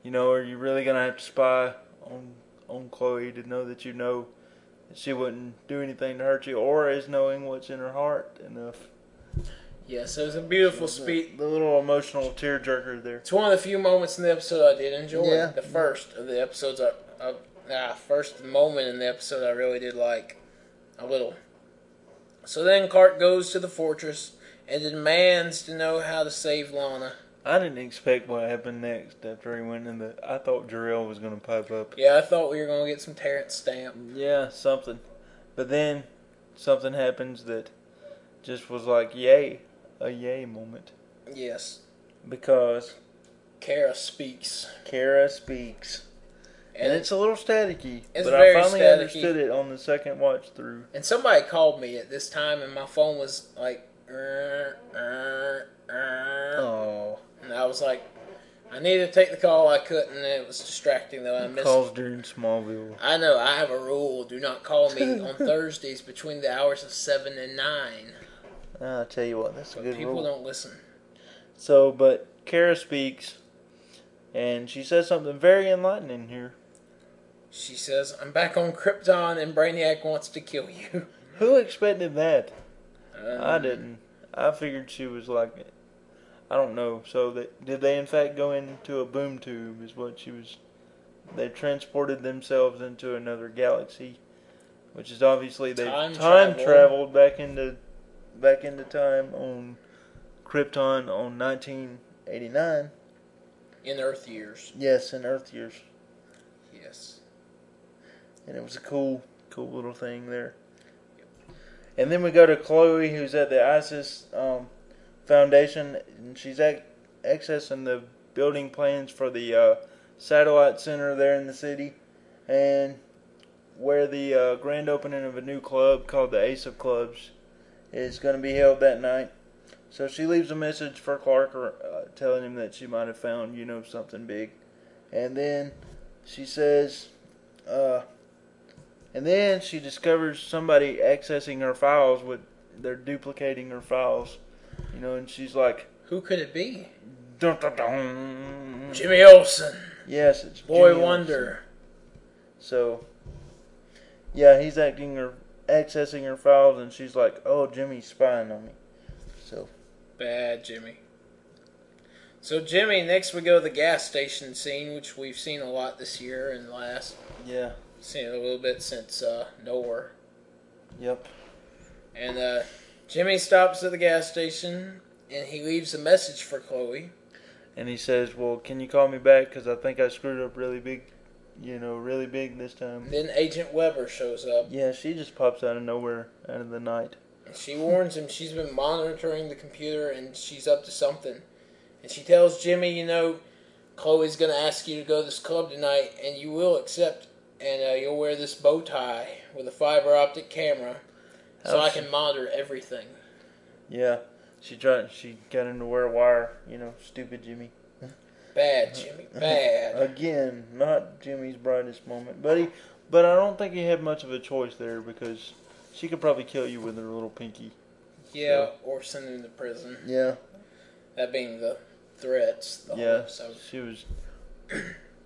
[SPEAKER 1] you know, are you really gonna have to spy on on Chloe to know that you know that she wouldn't do anything to hurt you, or is knowing what's in her heart enough?
[SPEAKER 2] yes, it was a beautiful speech.
[SPEAKER 1] The, the little emotional tearjerker there.
[SPEAKER 2] It's one of the few moments in the episode I did enjoy.
[SPEAKER 1] Yeah.
[SPEAKER 2] The first of the episodes, I, I, nah, first moment in the episode I really did like a little. So then Clark goes to the fortress and demands to know how to save Lana.
[SPEAKER 1] I didn't expect what happened next after he went in the. I thought Jarrell was gonna pipe up.
[SPEAKER 2] Yeah, I thought we were gonna get some Terrence stamp.
[SPEAKER 1] Yeah, something. But then something happens that just was like yay, a yay moment
[SPEAKER 2] Yes,
[SPEAKER 1] because
[SPEAKER 2] Kara speaks,
[SPEAKER 1] Kara speaks.
[SPEAKER 2] and
[SPEAKER 1] And it's a little staticky,
[SPEAKER 2] It's
[SPEAKER 1] but
[SPEAKER 2] very
[SPEAKER 1] I finally
[SPEAKER 2] staticky.
[SPEAKER 1] understood it on the second watch through.
[SPEAKER 2] and somebody called me at this time, and my phone was like, "Er, er, er,"
[SPEAKER 1] Oh,
[SPEAKER 2] and I was like, I needed to take the call. I couldn't. It was distracting though. I missed.
[SPEAKER 1] calls during Smallville.
[SPEAKER 2] I know. I have a rule: do not call me on Thursdays between the hours of seven and nine.
[SPEAKER 1] I'll Ah, tell you what, that's a
[SPEAKER 2] But
[SPEAKER 1] good
[SPEAKER 2] people
[SPEAKER 1] rule.
[SPEAKER 2] don't listen.
[SPEAKER 1] So, but Kara speaks, and she says something very enlightening here.
[SPEAKER 2] She says, "I'm back on Krypton, and Brainiac wants to kill you."
[SPEAKER 1] Who expected that?
[SPEAKER 2] Um,
[SPEAKER 1] I didn't. I figured she was like, I don't know. So, that, did they in fact go into a boom tube? Is what she was. They transported themselves into another galaxy, which is obviously they
[SPEAKER 2] Time
[SPEAKER 1] time,
[SPEAKER 2] travel.
[SPEAKER 1] traveled back into back into time on Krypton on 1989.
[SPEAKER 2] In Earth years,
[SPEAKER 1] Yes, in Earth years,
[SPEAKER 2] yes.
[SPEAKER 1] and it was a cool, cool little thing there. And then we go to Chloe, who's at the ISIS um, Foundation, and she's ac- accessing the building plans for the uh, satellite center there in the city, and where the uh, grand opening of a new club called the Ace of Clubs is going to be held that night. So she leaves a message for Clark, or, uh, telling him that she might have found, you know, something big, and then she says, uh, and then she discovers somebody accessing her files with they're duplicating her files. You know, and she's like
[SPEAKER 2] Who could it be?
[SPEAKER 1] dun, dun, dun.
[SPEAKER 2] Jimmy Olsen,
[SPEAKER 1] Yes, it's
[SPEAKER 2] Boy
[SPEAKER 1] Hmm. Jimmy Olsen.
[SPEAKER 2] Wonder.
[SPEAKER 1] So Yeah, he's acting her accessing her files and she's like, Oh Jimmy's spying on me. So
[SPEAKER 2] Bad Jimmy. So Jimmy, next we go to the gas station scene, which we've seen a lot this year and last.
[SPEAKER 1] Yeah.
[SPEAKER 2] Seen it a little bit since uh, Nowhere.
[SPEAKER 1] Yep.
[SPEAKER 2] And uh, Jimmy stops at the gas station and he leaves a message for Chloe.
[SPEAKER 1] And he says, Well, can you call me back? Because I think I screwed up really big you know, really big this time.
[SPEAKER 2] Then Agent Weber shows up
[SPEAKER 1] Yeah, she just pops out of nowhere out of the night.
[SPEAKER 2] and she warns him she's been monitoring the computer and she's up to something. And she tells Jimmy, you know, Chloe's going to ask you to go to this club tonight and you will accept and uh, you'll wear this bow tie with a fiber optic camera so I
[SPEAKER 1] How's-
[SPEAKER 2] can monitor everything.
[SPEAKER 1] Yeah, she tried. She got him to wear a wire. You know, stupid Jimmy.
[SPEAKER 2] Bad, Jimmy. Bad.
[SPEAKER 1] Again, not Jimmy's brightest moment, buddy. But I don't think he had much of a choice there because she could probably kill you with her little pinky.
[SPEAKER 2] Yeah, or send him to prison.
[SPEAKER 1] Yeah.
[SPEAKER 2] That being the threats. The whole
[SPEAKER 1] Yeah.
[SPEAKER 2] episode.
[SPEAKER 1] She was.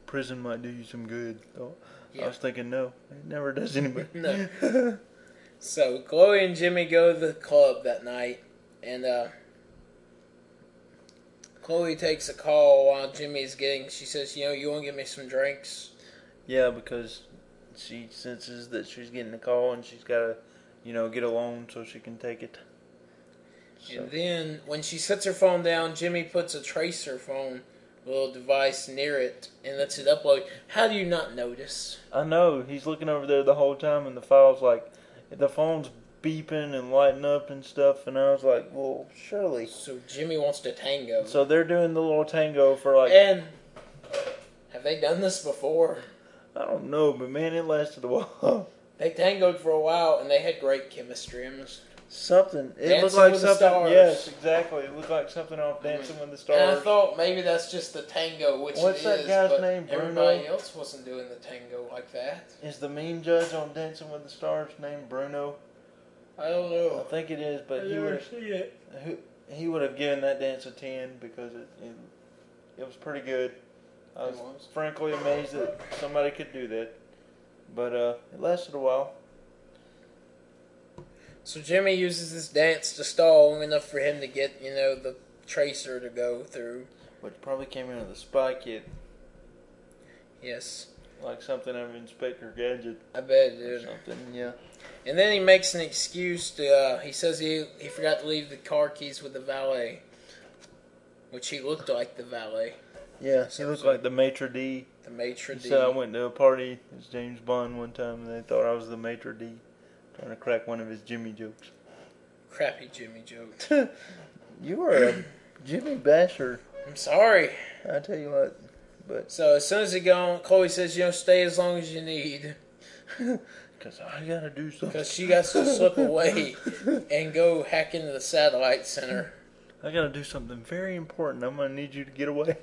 [SPEAKER 1] Prison might do you some good. though. I
[SPEAKER 2] Yeah.
[SPEAKER 1] was thinking, no, it never does anybody.
[SPEAKER 2] No. So Chloe and Jimmy go to the club that night, and uh, Chloe takes a call while Jimmy's getting. She says, "You know, you want to give me some drinks?"
[SPEAKER 1] Yeah, because she senses that she's getting a call and she's got to, you know, get alone so she can take it. So,
[SPEAKER 2] And then when she sets her phone down, Jimmy puts a tracer phone, a little device near it, and lets it upload. How do you not notice?
[SPEAKER 1] I know he's looking over there the whole time, and the file's like, the phone's beeping and lighting up and stuff, and I was like, well, surely.
[SPEAKER 2] So Jimmy wants to tango.
[SPEAKER 1] So they're doing the little tango for like
[SPEAKER 2] and have they done this before?
[SPEAKER 1] I don't know, but man, it lasted a while.
[SPEAKER 2] They tangoed for a while, and they had great chemistry. I'm just-
[SPEAKER 1] something. It looked
[SPEAKER 2] Dancing
[SPEAKER 1] like
[SPEAKER 2] with the
[SPEAKER 1] something.
[SPEAKER 2] Stars.
[SPEAKER 1] Yes, exactly. It looked like something off Dancing with the Stars.
[SPEAKER 2] And I thought maybe that's just the tango, which
[SPEAKER 1] What's
[SPEAKER 2] it
[SPEAKER 1] that
[SPEAKER 2] is,
[SPEAKER 1] guy's
[SPEAKER 2] but
[SPEAKER 1] name, Bruno?
[SPEAKER 2] Everybody else wasn't doing the tango like that.
[SPEAKER 1] Is the mean judge on Dancing with the Stars named Bruno?
[SPEAKER 2] I don't
[SPEAKER 1] I
[SPEAKER 2] know.
[SPEAKER 1] think it is, but he would
[SPEAKER 2] see it.
[SPEAKER 1] Who he would have given that dance a ten because it it, it was pretty good. I was,
[SPEAKER 2] It was.
[SPEAKER 1] frankly amazed that somebody could do that, but uh, it lasted a while.
[SPEAKER 2] So Jimmy uses this dance to stall long enough for him to get, you know, the tracer to go through.
[SPEAKER 1] Which probably came into the spy kit
[SPEAKER 2] Yes,
[SPEAKER 1] like something out of Inspector Gadget
[SPEAKER 2] I bet it
[SPEAKER 1] or
[SPEAKER 2] did.
[SPEAKER 1] something. Yeah.
[SPEAKER 2] And then he makes an excuse to. Uh, he says he he forgot to leave the car keys with the valet, which he looked like the valet,
[SPEAKER 1] Yeah. He looked like the maitre d.
[SPEAKER 2] the maitre
[SPEAKER 1] He
[SPEAKER 2] d.
[SPEAKER 1] said I went to a party as James Bond one time and they thought I was the maitre d. Trying to crack one of his Jimmy jokes.
[SPEAKER 2] Crappy Jimmy joke.
[SPEAKER 1] you are a Jimmy basher.
[SPEAKER 2] I'm sorry.
[SPEAKER 1] I tell you what. But
[SPEAKER 2] So as soon as he gone, Chloe says, "You know, stay as long as you need,
[SPEAKER 1] Cause I gotta do something.
[SPEAKER 2] because she got to slip away and go hack into the satellite center."
[SPEAKER 1] I gotta do something very important. I'm gonna need you to get away.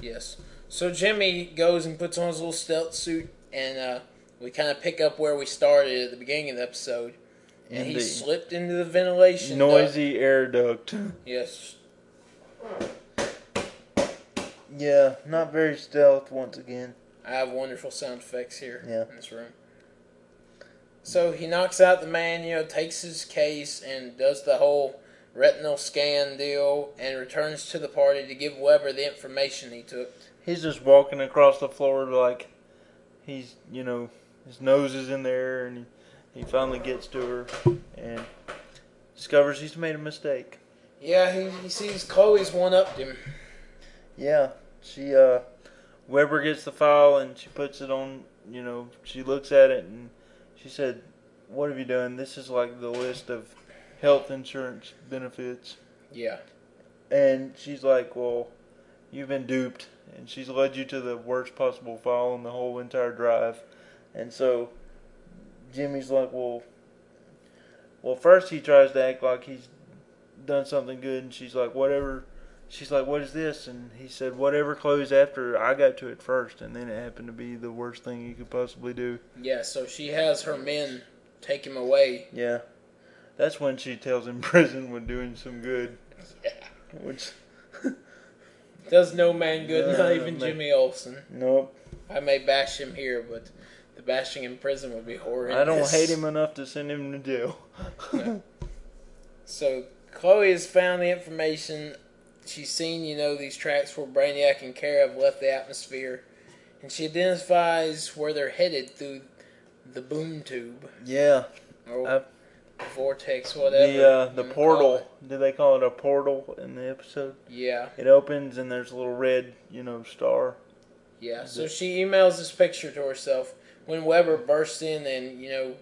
[SPEAKER 2] Yes. So Jimmy goes and puts on his little stealth suit, and uh, we kind of pick up where we started at the beginning of the episode. And he
[SPEAKER 1] Indeed.
[SPEAKER 2] slipped into the ventilation. duct.
[SPEAKER 1] Noisy air duct.
[SPEAKER 2] Yes.
[SPEAKER 1] Yeah, not very stealth once again.
[SPEAKER 2] I have wonderful sound effects here
[SPEAKER 1] Yeah.
[SPEAKER 2] in this room. So he knocks out the man, you know, takes his case and does the whole retinal scan deal and returns to the party to give Weber the information he took.
[SPEAKER 1] He's just walking across the floor like he's you know his nose is in the air, and he, he finally gets to her and discovers he's made a mistake.
[SPEAKER 2] Yeah, he, he sees Chloe's one upped him.
[SPEAKER 1] Yeah, she uh Weber gets the file and she puts it on, you know, she looks at it and she said, "What have you done? This is like the list of health insurance benefits."
[SPEAKER 2] Yeah.
[SPEAKER 1] And she's like, "Well, you've been duped." And she's led you to the worst possible file in the whole entire drive. And so Jimmy's like, "Well, well, first he tries to act like he's done something good, and she's like, whatever. She's like, what is this? And he said, whatever Chloe's after, I got to it first, and then it happened to be the worst thing you could possibly do.
[SPEAKER 2] Yeah, so she has her men take him away.
[SPEAKER 1] Yeah. That's when she tells him prison when doing some good. Yeah. Which,
[SPEAKER 2] Does no man good,
[SPEAKER 1] No,
[SPEAKER 2] not
[SPEAKER 1] no
[SPEAKER 2] even
[SPEAKER 1] man.
[SPEAKER 2] Jimmy Olsen.
[SPEAKER 1] nope.
[SPEAKER 2] I may bash him here, but the bashing in prison would be horrendous.
[SPEAKER 1] I don't hate him enough to send him to jail.
[SPEAKER 2] So Chloe has found the information. She's seen, you know, these tracks where Brainiac and Kara have left the atmosphere, and she identifies where they're headed through the boom tube
[SPEAKER 1] yeah.
[SPEAKER 2] or
[SPEAKER 1] Uh,
[SPEAKER 2] vortex, whatever.
[SPEAKER 1] The, uh,
[SPEAKER 2] you
[SPEAKER 1] the
[SPEAKER 2] wanna call
[SPEAKER 1] portal.
[SPEAKER 2] it.
[SPEAKER 1] Did they call it a portal in the episode?
[SPEAKER 2] Yeah,
[SPEAKER 1] It opens and there's a little red, you know, star.
[SPEAKER 2] yeah.
[SPEAKER 1] Is
[SPEAKER 2] So
[SPEAKER 1] it-
[SPEAKER 2] she emails this picture to herself when Weber bursts in and you know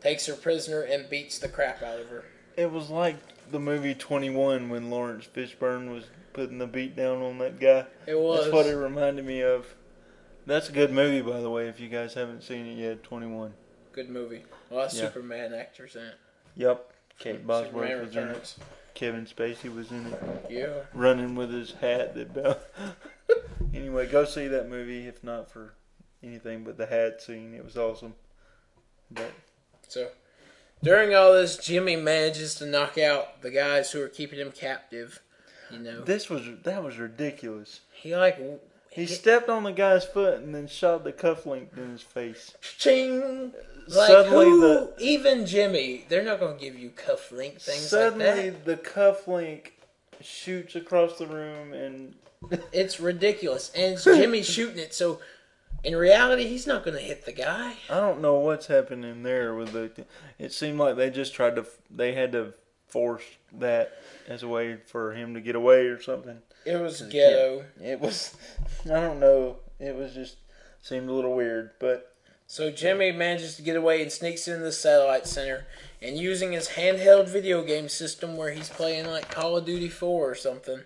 [SPEAKER 2] takes her prisoner and beats the crap out of her.
[SPEAKER 1] It was like the movie 21 when Lawrence Fishburne was putting the beat down on that guy.
[SPEAKER 2] It was
[SPEAKER 1] That's what it reminded me of. That's a good movie, by the way, if you guys haven't seen it yet, 21.
[SPEAKER 2] good movie. A lot of
[SPEAKER 1] Yeah.
[SPEAKER 2] Superman actors in it.
[SPEAKER 1] Yep. Kate Bosworth
[SPEAKER 2] Superman
[SPEAKER 1] was in it.
[SPEAKER 2] Returns.
[SPEAKER 1] Kevin Spacey was in it.
[SPEAKER 2] Yeah.
[SPEAKER 1] Running with his hat that bell. anyway, go see that movie if not for anything but the hat scene. It was awesome. But
[SPEAKER 2] So during all this, Jimmy manages to knock out the guys who are keeping him captive. You know,
[SPEAKER 1] this was that was ridiculous.
[SPEAKER 2] he like
[SPEAKER 1] He
[SPEAKER 2] hit-
[SPEAKER 1] stepped on the guy's foot and then shot the cufflink in his face.
[SPEAKER 2] ching. Like
[SPEAKER 1] Suddenly
[SPEAKER 2] who?
[SPEAKER 1] the-
[SPEAKER 2] even Jimmy, they're not gonna give you cufflink things
[SPEAKER 1] Suddenly
[SPEAKER 2] like
[SPEAKER 1] the cufflink shoots across the room and
[SPEAKER 2] that. It's ridiculous, and it's Jimmy shooting it. So in reality, he's not gonna hit the guy.
[SPEAKER 1] I don't know what's happening there with the. It seemed like they just tried to. They had to force that as a way for him to get away or something.
[SPEAKER 2] It was
[SPEAKER 1] It
[SPEAKER 2] ghetto.
[SPEAKER 1] It was. I don't know. It was just seemed a little weird, but
[SPEAKER 2] So Jimmy manages to get away and sneaks into the satellite center and using his handheld video game system where he's playing like Call of Duty 4 or something.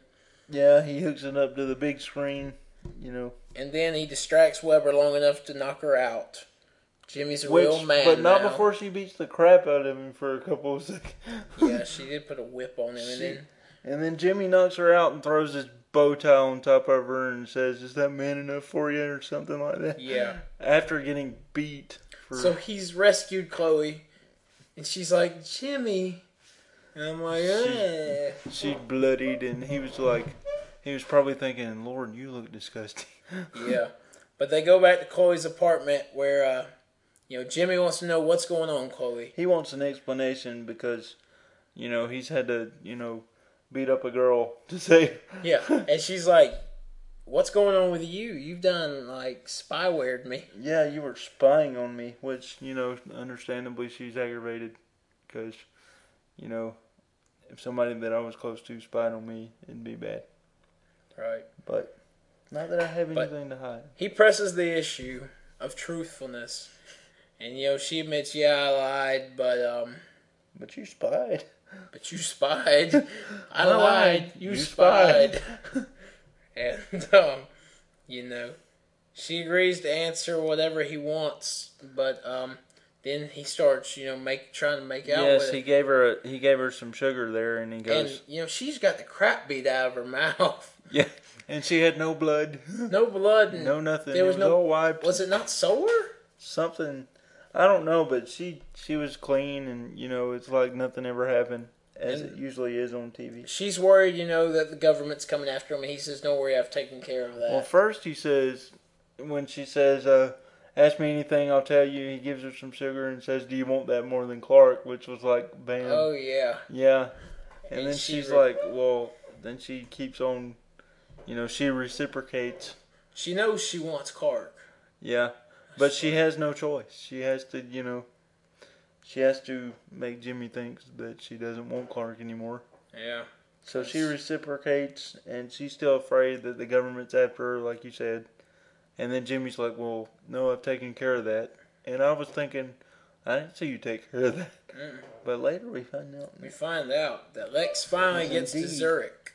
[SPEAKER 1] yeah, he hooks it up to the big screen. You know,
[SPEAKER 2] and then he distracts Weber long enough to knock her out. Jimmy's a
[SPEAKER 1] which
[SPEAKER 2] real man.
[SPEAKER 1] but not
[SPEAKER 2] now.
[SPEAKER 1] before she beats the crap out of him for a couple of seconds.
[SPEAKER 2] yeah, she did put a whip on him,
[SPEAKER 1] She-
[SPEAKER 2] and then
[SPEAKER 1] And then Jimmy knocks her out and throws his bow tie on top of her and says, "Is that man enough for you?" or something like that.
[SPEAKER 2] yeah.
[SPEAKER 1] After getting beat. For,
[SPEAKER 2] So he's rescued Chloe, and she's like Jimmy, and I'm like, eh.
[SPEAKER 1] she bloodied and he was like he was probably thinking lord you look disgusting
[SPEAKER 2] yeah. But they go back to Chloe's apartment where, uh, you know, Jimmy wants to know what's going on, Chloe.
[SPEAKER 1] he wants an explanation because you know he's had to you know beat up a girl to save
[SPEAKER 2] Yeah, and she's like, "What's going on with you? You've done like spywared me."
[SPEAKER 1] yeah you were spying on me which you know understandably she's aggravated because you know if somebody that i was close to spied on me it'd be bad
[SPEAKER 2] Right.
[SPEAKER 1] but not that i have
[SPEAKER 2] But-
[SPEAKER 1] anything to hide
[SPEAKER 2] he presses the issue of truthfulness. And you know, she admits, yeah, I lied, but um
[SPEAKER 1] but you spied
[SPEAKER 2] but you spied. I
[SPEAKER 1] I
[SPEAKER 2] lied,
[SPEAKER 1] lied.
[SPEAKER 2] you,
[SPEAKER 1] You
[SPEAKER 2] spied. and um you know, she agrees to answer whatever he wants, but um then he starts, you know, make trying to make out
[SPEAKER 1] yes
[SPEAKER 2] with
[SPEAKER 1] he
[SPEAKER 2] it.
[SPEAKER 1] gave her a, he gave her some sugar there and he goes
[SPEAKER 2] And you know, she's got the crap beat out of her mouth.
[SPEAKER 1] yeah and she had no blood
[SPEAKER 2] No blood and
[SPEAKER 1] No, nothing.
[SPEAKER 2] There
[SPEAKER 1] it
[SPEAKER 2] was
[SPEAKER 1] was
[SPEAKER 2] no-
[SPEAKER 1] all wiped.
[SPEAKER 2] was it not sore?
[SPEAKER 1] Something, I don't know, but she she was clean, and you know, it's like nothing ever happened, as
[SPEAKER 2] And-
[SPEAKER 1] it usually is on TV.
[SPEAKER 2] She's worried, you know, that the government's coming after him and he says, Don't worry, I've taken care of that.
[SPEAKER 1] Well, first he says, when she says, uh, "Ask me anything, I'll tell you," he gives her some sugar and says, "Do you want that more than Clark?" Which was like, bam,
[SPEAKER 2] Oh yeah,
[SPEAKER 1] yeah. And,
[SPEAKER 2] And
[SPEAKER 1] then
[SPEAKER 2] she
[SPEAKER 1] she's
[SPEAKER 2] re-
[SPEAKER 1] like, "Well," then she keeps on, you know, she reciprocates,
[SPEAKER 2] she knows she wants Clark.
[SPEAKER 1] yeah, but she has no choice. She has to, you know. She has to make Jimmy think that she doesn't want Clark anymore.
[SPEAKER 2] Yeah,
[SPEAKER 1] So she reciprocates, and she's still afraid that the government's after her, like you said. And then Jimmy's like, "Well, no, I've taken care of that." And I was thinking, I didn't see you take care of that.
[SPEAKER 2] Mm.
[SPEAKER 1] But later we find out.
[SPEAKER 2] we find out that Lex finally
[SPEAKER 1] Yes,
[SPEAKER 2] gets to
[SPEAKER 1] indeed.
[SPEAKER 2] Zurich,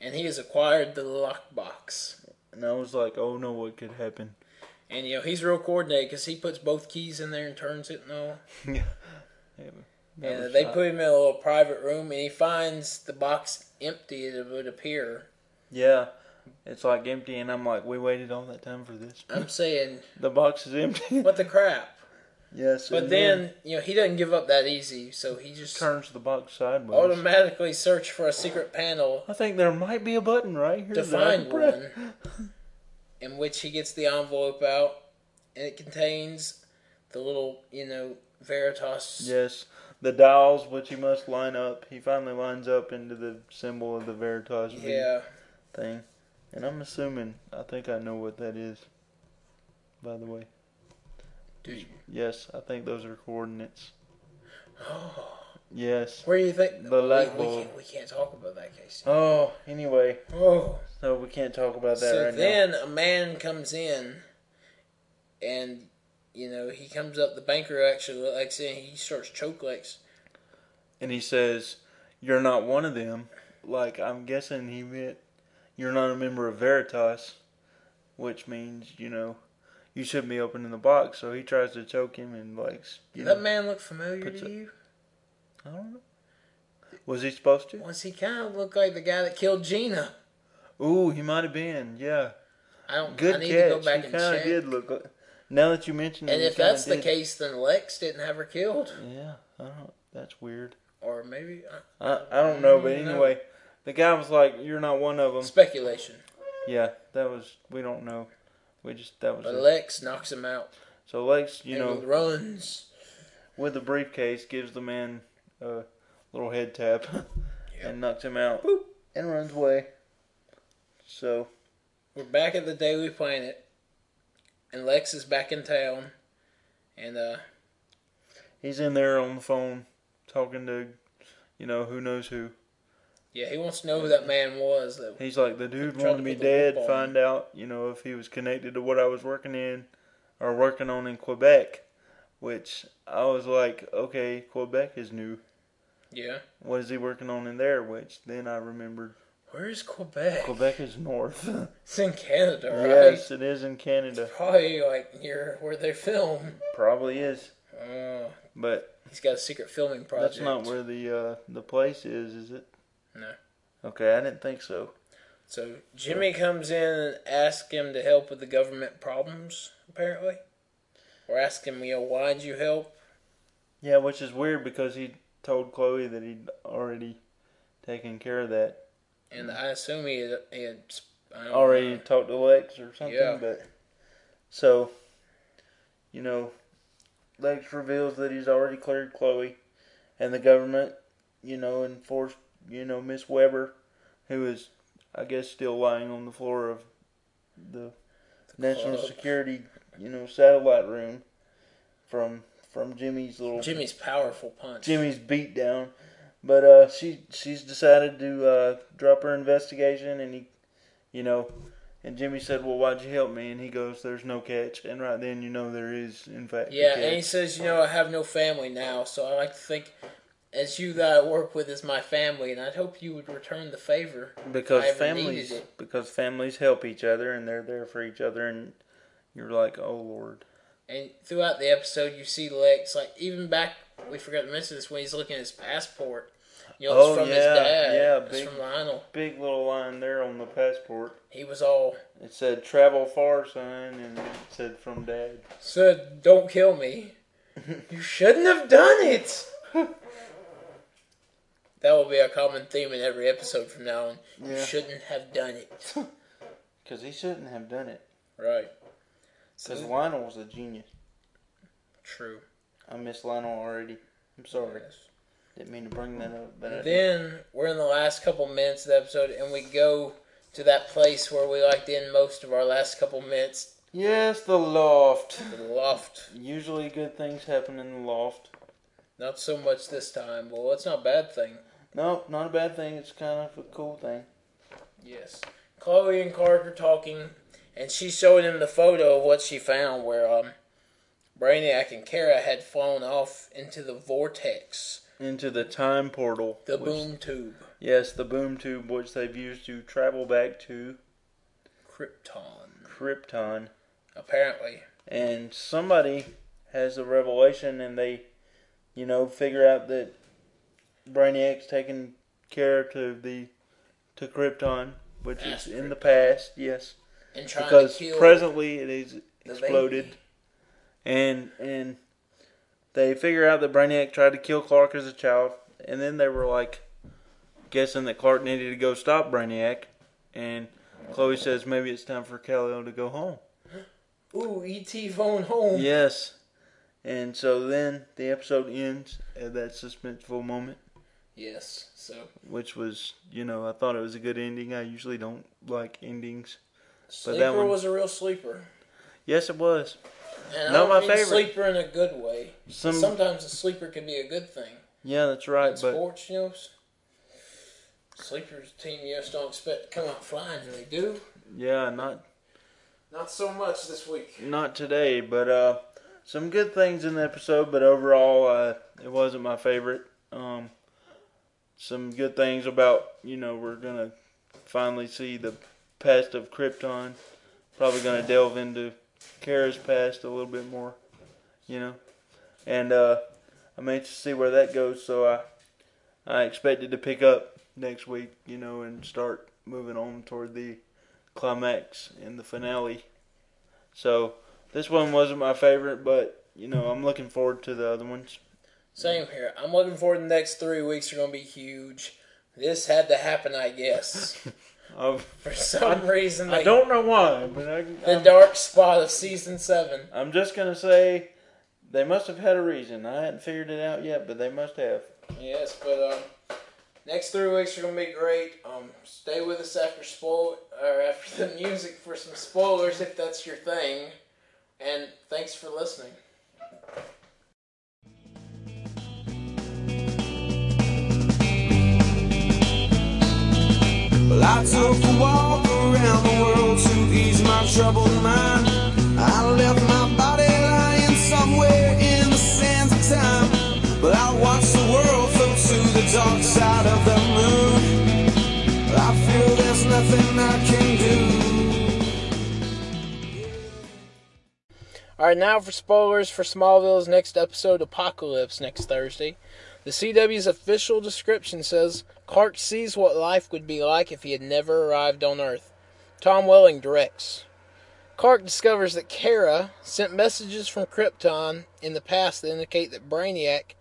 [SPEAKER 2] and he has acquired the lockbox.
[SPEAKER 1] And I was like, "Oh no, what could happen?"
[SPEAKER 2] And you know he's real coordinated because he puts both keys in there and turns it and all.
[SPEAKER 1] yeah, It was- that
[SPEAKER 2] and
[SPEAKER 1] was
[SPEAKER 2] they
[SPEAKER 1] shot.
[SPEAKER 2] put him in a little private room, and he finds the box empty. as It would appear.
[SPEAKER 1] Yeah, it's like empty, and I'm like, "We waited all that time for this.
[SPEAKER 2] I'm saying,
[SPEAKER 1] The box is empty."
[SPEAKER 2] what the crap?
[SPEAKER 1] yes,
[SPEAKER 2] But
[SPEAKER 1] and
[SPEAKER 2] then you know he doesn't give up that easy, so he just
[SPEAKER 1] turns the box sideways.
[SPEAKER 2] automatically searched for a secret panel
[SPEAKER 1] I think there might be a button right here.
[SPEAKER 2] to
[SPEAKER 1] that I can
[SPEAKER 2] find
[SPEAKER 1] press.
[SPEAKER 2] one in which he gets the envelope out and it contains the little you know veritas
[SPEAKER 1] Yes, the dials which he must line up. He finally lines up into the symbol of the Veritas V
[SPEAKER 2] yeah
[SPEAKER 1] thing, and I'm assuming I think I know what that is. By the way,
[SPEAKER 2] Dude.
[SPEAKER 1] yes, I think those are coordinates. Yes.
[SPEAKER 2] where do you think
[SPEAKER 1] The light
[SPEAKER 2] we, we,
[SPEAKER 1] bulb.
[SPEAKER 2] can't, we can't talk about that case
[SPEAKER 1] Oh, anyway,
[SPEAKER 2] oh
[SPEAKER 1] so we can't talk about that
[SPEAKER 2] so
[SPEAKER 1] right
[SPEAKER 2] then a man comes in and you know he comes up the banker actually looks in he starts choke legs
[SPEAKER 1] now. And he says, "You're not one of them." Like I'm guessing he meant, "You're not a member of Veritas," which means you know. You shouldn't be opening the box, so he tries to choke him and like. you
[SPEAKER 2] Did
[SPEAKER 1] know.
[SPEAKER 2] that man look familiar
[SPEAKER 1] Puts
[SPEAKER 2] to
[SPEAKER 1] it-
[SPEAKER 2] you
[SPEAKER 1] I don't know. Was he supposed to?
[SPEAKER 2] Was he kind of look like the guy that killed Gina?
[SPEAKER 1] Ooh, he might have been. Yeah.
[SPEAKER 2] I don't.
[SPEAKER 1] Good
[SPEAKER 2] I need
[SPEAKER 1] catch.
[SPEAKER 2] to go back
[SPEAKER 1] he
[SPEAKER 2] and
[SPEAKER 1] kind of
[SPEAKER 2] check.
[SPEAKER 1] did look. Like, now that you mention it,
[SPEAKER 2] And
[SPEAKER 1] he
[SPEAKER 2] if that's the
[SPEAKER 1] kinda did.
[SPEAKER 2] case, then Lex didn't have her killed,
[SPEAKER 1] yeah, I don't. That's weird.
[SPEAKER 2] or maybe uh,
[SPEAKER 1] I I don't know, but
[SPEAKER 2] Mm, no.
[SPEAKER 1] anyway, the guy was like, "You're not one of them."
[SPEAKER 2] speculation.
[SPEAKER 1] Yeah, that was. We don't know. We just that was.
[SPEAKER 2] But
[SPEAKER 1] It.
[SPEAKER 2] Lex knocks him out.
[SPEAKER 1] So Lex, you
[SPEAKER 2] and
[SPEAKER 1] know,
[SPEAKER 2] runs.
[SPEAKER 1] with the briefcase, gives the man a little head tap and knocks him out
[SPEAKER 2] Boop.
[SPEAKER 1] and runs away. So
[SPEAKER 2] We're back at the Daily Planet, and Lex is back in town, and uh,
[SPEAKER 1] he's in there on the phone talking to, you know, who knows who.
[SPEAKER 2] yeah, he wants to know who that man was. That
[SPEAKER 1] He's like, the dude
[SPEAKER 2] Trying
[SPEAKER 1] wanted to
[SPEAKER 2] to
[SPEAKER 1] be
[SPEAKER 2] put the
[SPEAKER 1] dead.
[SPEAKER 2] whoop on
[SPEAKER 1] Find out, you know, if he was connected to what I was working in or working on in Quebec, which I was like, okay, Quebec is new.
[SPEAKER 2] yeah,
[SPEAKER 1] What is he working on in there? Which then I remembered
[SPEAKER 2] where's Quebec?
[SPEAKER 1] Quebec is north.
[SPEAKER 2] It's in Canada, right?
[SPEAKER 1] yes, it is in Canada.
[SPEAKER 2] Probably like near where they film.
[SPEAKER 1] Probably is,
[SPEAKER 2] Oh,
[SPEAKER 1] but
[SPEAKER 2] he's got a secret filming project.
[SPEAKER 1] that's not where the uh, the place is, is it?
[SPEAKER 2] No.
[SPEAKER 1] Okay, I didn't think so.
[SPEAKER 2] So Jimmy comes in and asks him to help with the government problems, apparently, or ask him, you know, why'd you help?
[SPEAKER 1] Yeah, which is weird because he told Chloe that he'd already taken care of that.
[SPEAKER 2] And I assume he had, he had sp- I don't
[SPEAKER 1] already
[SPEAKER 2] know.
[SPEAKER 1] talked to Lex or something,
[SPEAKER 2] uh, Yeah.
[SPEAKER 1] but so you know, Lex reveals that he's already cleared Chloe, and the government, you know, enforced you know Miss Weber, who is, I guess, still lying on the floor of the, national
[SPEAKER 2] club.
[SPEAKER 1] security, you know, satellite room from from Jimmy's little
[SPEAKER 2] Jimmy's powerful punch.
[SPEAKER 1] Jimmy's beat down. But uh, she she's decided to uh, drop her investigation, and he, you know, and Jimmy said, "Well, why'd you help me?" And he goes, "There's no catch." And right then, you know, there is in fact. a
[SPEAKER 2] Yeah,
[SPEAKER 1] catch.
[SPEAKER 2] and he says, you know, I have no family now, so I like to think, as you that I work with is my family, and I'd hope you would return the favor.
[SPEAKER 1] because
[SPEAKER 2] I ever
[SPEAKER 1] families
[SPEAKER 2] needed it.
[SPEAKER 1] because families help each other, and they're there for each other, and you're like, "Oh Lord."
[SPEAKER 2] And throughout the episode, you see Lex, like even back, we forgot to mention this when he's looking at his passport. You know,
[SPEAKER 1] Oh,
[SPEAKER 2] it's from his
[SPEAKER 1] yeah,
[SPEAKER 2] dad.
[SPEAKER 1] yeah,
[SPEAKER 2] it's
[SPEAKER 1] big-
[SPEAKER 2] from Lionel.
[SPEAKER 1] Big little line there on the passport.
[SPEAKER 2] He was all
[SPEAKER 1] It said "Travel far, son," and it said "From Dad."
[SPEAKER 2] said, "Don't kill me." you shouldn't have done it. that will be a common theme in every episode from now on.
[SPEAKER 1] Yeah.
[SPEAKER 2] You shouldn't have done it.
[SPEAKER 1] Because he shouldn't have done it.
[SPEAKER 2] right.
[SPEAKER 1] Because
[SPEAKER 2] So
[SPEAKER 1] Lionel was a genius.
[SPEAKER 2] true.
[SPEAKER 1] I miss Lionel already. I'm sorry.
[SPEAKER 2] Yes.
[SPEAKER 1] Didn't mean to bring that up, but I
[SPEAKER 2] And
[SPEAKER 1] did.
[SPEAKER 2] then we're in the last couple minutes of the episode, and we go to that place where we like to end most of our last couple minutes,
[SPEAKER 1] yes, the loft.
[SPEAKER 2] the loft.
[SPEAKER 1] Usually, good things happen in the loft.
[SPEAKER 2] Not so much this time. Well, it's not a bad thing.
[SPEAKER 1] No, not a bad thing. It's kind of a cool thing.
[SPEAKER 2] Yes. Chloe and Clark are talking, and she showed him the photo of what she found where um, Brainiac and Kara had flown off into the vortex,
[SPEAKER 1] Into the time portal.
[SPEAKER 2] the
[SPEAKER 1] which-
[SPEAKER 2] boom tube,
[SPEAKER 1] Yes, the boom tube, which they've used to travel back to
[SPEAKER 2] Krypton.
[SPEAKER 1] Krypton.
[SPEAKER 2] Apparently.
[SPEAKER 1] And somebody has a revelation, and they, you know, figure out that Brainiac's taking care to the to Krypton, which
[SPEAKER 2] Past
[SPEAKER 1] is in the past. Yes.
[SPEAKER 2] And trying
[SPEAKER 1] because
[SPEAKER 2] to kill
[SPEAKER 1] presently it is
[SPEAKER 2] the
[SPEAKER 1] exploded,
[SPEAKER 2] baby.
[SPEAKER 1] and and they figure out that Brainiac tried to kill Clark as a child, and then they were like guessing that Clark needed to go stop Brainiac, and Chloe says maybe it's time for Kal-El to go home.
[SPEAKER 2] Ooh, E.T. phone home.
[SPEAKER 1] Yes, and so then the episode ends at that suspenseful moment,
[SPEAKER 2] Yes. So,
[SPEAKER 1] which was you know I thought it was a good ending. I usually don't like endings.
[SPEAKER 2] Sleeper
[SPEAKER 1] one-
[SPEAKER 2] was a real sleeper.
[SPEAKER 1] Yes, it was.
[SPEAKER 2] And
[SPEAKER 1] Not
[SPEAKER 2] I don't
[SPEAKER 1] my
[SPEAKER 2] mean
[SPEAKER 1] favorite.
[SPEAKER 2] sleeper in a good way.
[SPEAKER 1] Some
[SPEAKER 2] Sometimes a sleeper can be a good thing.
[SPEAKER 1] yeah, that's right,
[SPEAKER 2] In
[SPEAKER 1] but.
[SPEAKER 2] sports, you know, s- sleepers team you just don't expect to come out flying, and they do.
[SPEAKER 1] Yeah, not
[SPEAKER 2] Not so much this week.
[SPEAKER 1] not today, but uh, some good things in the episode. But overall, uh, it wasn't my favorite. Um, some good things about you know we're gonna finally see the past of Krypton. Probably gonna delve into Kara's past a little bit more, you know. And uh, I'm anxious to see where that goes. So I I expected to pick up next week, you know, and start moving on toward the climax and the finale. So this one wasn't my favorite, but you know, I'm looking forward to the other ones.
[SPEAKER 2] Same here. I'm looking forward to the next three weeks are going to be huge. This had to happen, I guess.
[SPEAKER 1] i
[SPEAKER 2] For some reason,
[SPEAKER 1] I
[SPEAKER 2] they-
[SPEAKER 1] don't know why, but I,
[SPEAKER 2] the
[SPEAKER 1] I'm,
[SPEAKER 2] dark spot of season seven.
[SPEAKER 1] I'm just gonna say they must have had a reason. I hadn't figured it out yet, but they must have.
[SPEAKER 2] Yes, but um, next three weeks are gonna be great. Um, stay with us after spoil or after the music for some spoilers if that's your thing. And thanks for listening.
[SPEAKER 3] Well, I took a walk around the world to ease my troubled mind. I left my body lying somewhere in the sands of time. But I watched the world float to the dark side of the moon. I feel there's nothing I can do.
[SPEAKER 2] All right, now for spoilers for Smallville's next episode, Apocalypse, next Thursday. The CW's official description says Clark sees what life would be like if he had never arrived on Earth. Tom Welling directs. Clark discovers that Kara sent messages from Krypton in the past that indicate that Brainiac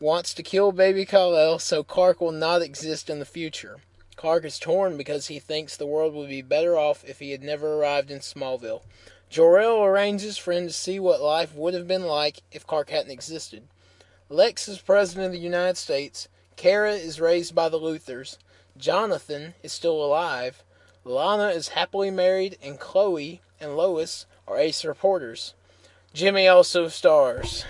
[SPEAKER 2] wants to kill baby Kal-El so Clark will not exist in the future. Clark is torn because he thinks the world would be better off if he had never arrived in Smallville. Jor-El arranges for him to see what life would have been like if Clark hadn't existed. Lex is president of the United States. Kara is raised by the Luthers. Jonathan is still alive. Lana is happily married, and Chloe and Lois are ace reporters. Jimmy also stars.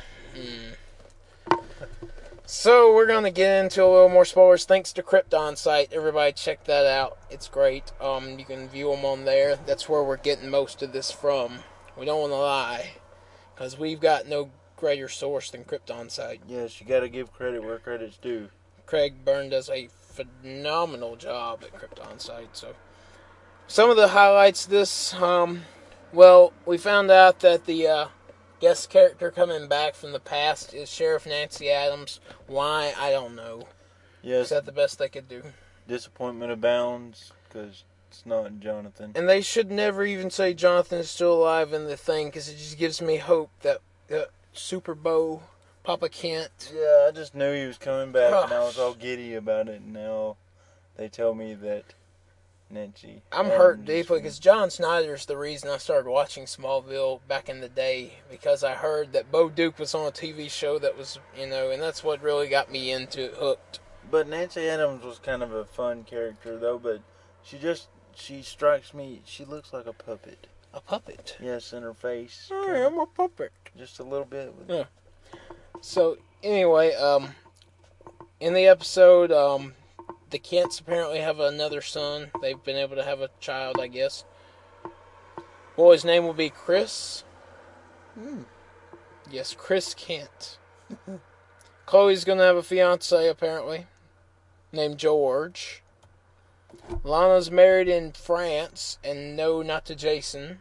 [SPEAKER 2] So we're gonna get into a little more spoilers. Thanks to Krypton site, everybody check that out. It's great. Um, you can view them on there. That's where we're getting most of this from. We don't want to lie, because we've got no greater source than Krypton site.
[SPEAKER 1] Yes, you got to give credit where credit's due.
[SPEAKER 2] Craig Byrne does a phenomenal job at Krypton site. So, some of the highlights of this, um, well, we found out that the uh, guest character coming back from the past is Sheriff Nancy Adams. Why I don't know. Is
[SPEAKER 1] Yes,
[SPEAKER 2] that the best they could do?
[SPEAKER 1] disappointment abounds because it's not Jonathan.
[SPEAKER 2] And they should never even say Jonathan is still alive in the thing because it just gives me hope that uh, Super Bow, Papa Kent,
[SPEAKER 1] Yeah, I just knew he was coming back, and I was
[SPEAKER 2] Gosh.
[SPEAKER 1] all giddy about it. And now they tell me that Nancy.
[SPEAKER 2] I'm
[SPEAKER 1] Adams
[SPEAKER 2] hurt
[SPEAKER 1] is
[SPEAKER 2] deeply because John Snyder's the reason I started watching Smallville back in the day because I heard that Bo Duke was on a TV show that was, you know, and that's what really got me into it, hooked.
[SPEAKER 1] But Nancy Adams was kind of a fun character though, but she just she strikes me she looks like a puppet.
[SPEAKER 2] A puppet.
[SPEAKER 1] Yes, in her face.
[SPEAKER 2] I am a puppet.
[SPEAKER 1] Just a little bit with
[SPEAKER 2] Yeah. So anyway, um, in the episode, um, the Kents apparently have another son. They've been able to have a child, I guess. Boy's name will be Chris. Yes, Chris Kent. Chloe's gonna have a fiance apparently, named George. Lana's married in France, and no, not to Jason.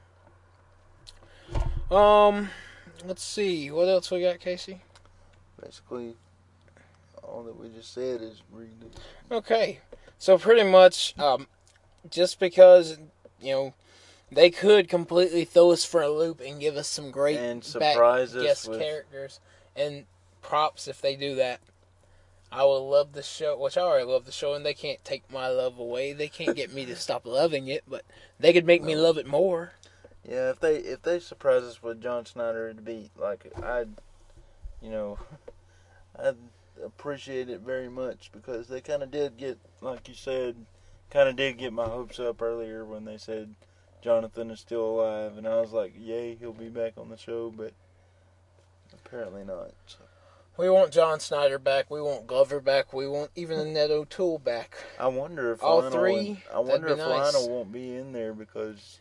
[SPEAKER 2] Um, let's see what else we got, Casey.
[SPEAKER 1] basically all that we just said is read it.
[SPEAKER 2] Okay, so pretty much, um, just because you know they could completely throw us for a loop and give us some great
[SPEAKER 1] And
[SPEAKER 2] back
[SPEAKER 1] surprise us
[SPEAKER 2] guest
[SPEAKER 1] with-
[SPEAKER 2] characters and props if they do that. I will love the show, which I already love the show, and they can't take my love away. They can't get me to stop loving it, but they could make me love it more.
[SPEAKER 1] Yeah, if they if they surprise us with John Snyder it'd be like I'd you know I'd appreciate it very much because they kinda did get like you said, kinda did get my hopes up earlier when they said Jonathan is still alive and I was like, Yay, he'll be back on the show but apparently not. So.
[SPEAKER 2] We want John Snyder back. We want Glover back. We want even Annette O'Toole back.
[SPEAKER 1] I wonder if
[SPEAKER 2] All
[SPEAKER 1] Lionel
[SPEAKER 2] three?
[SPEAKER 1] I wonder if
[SPEAKER 2] That'd be nice.
[SPEAKER 1] Lionel won't be in there because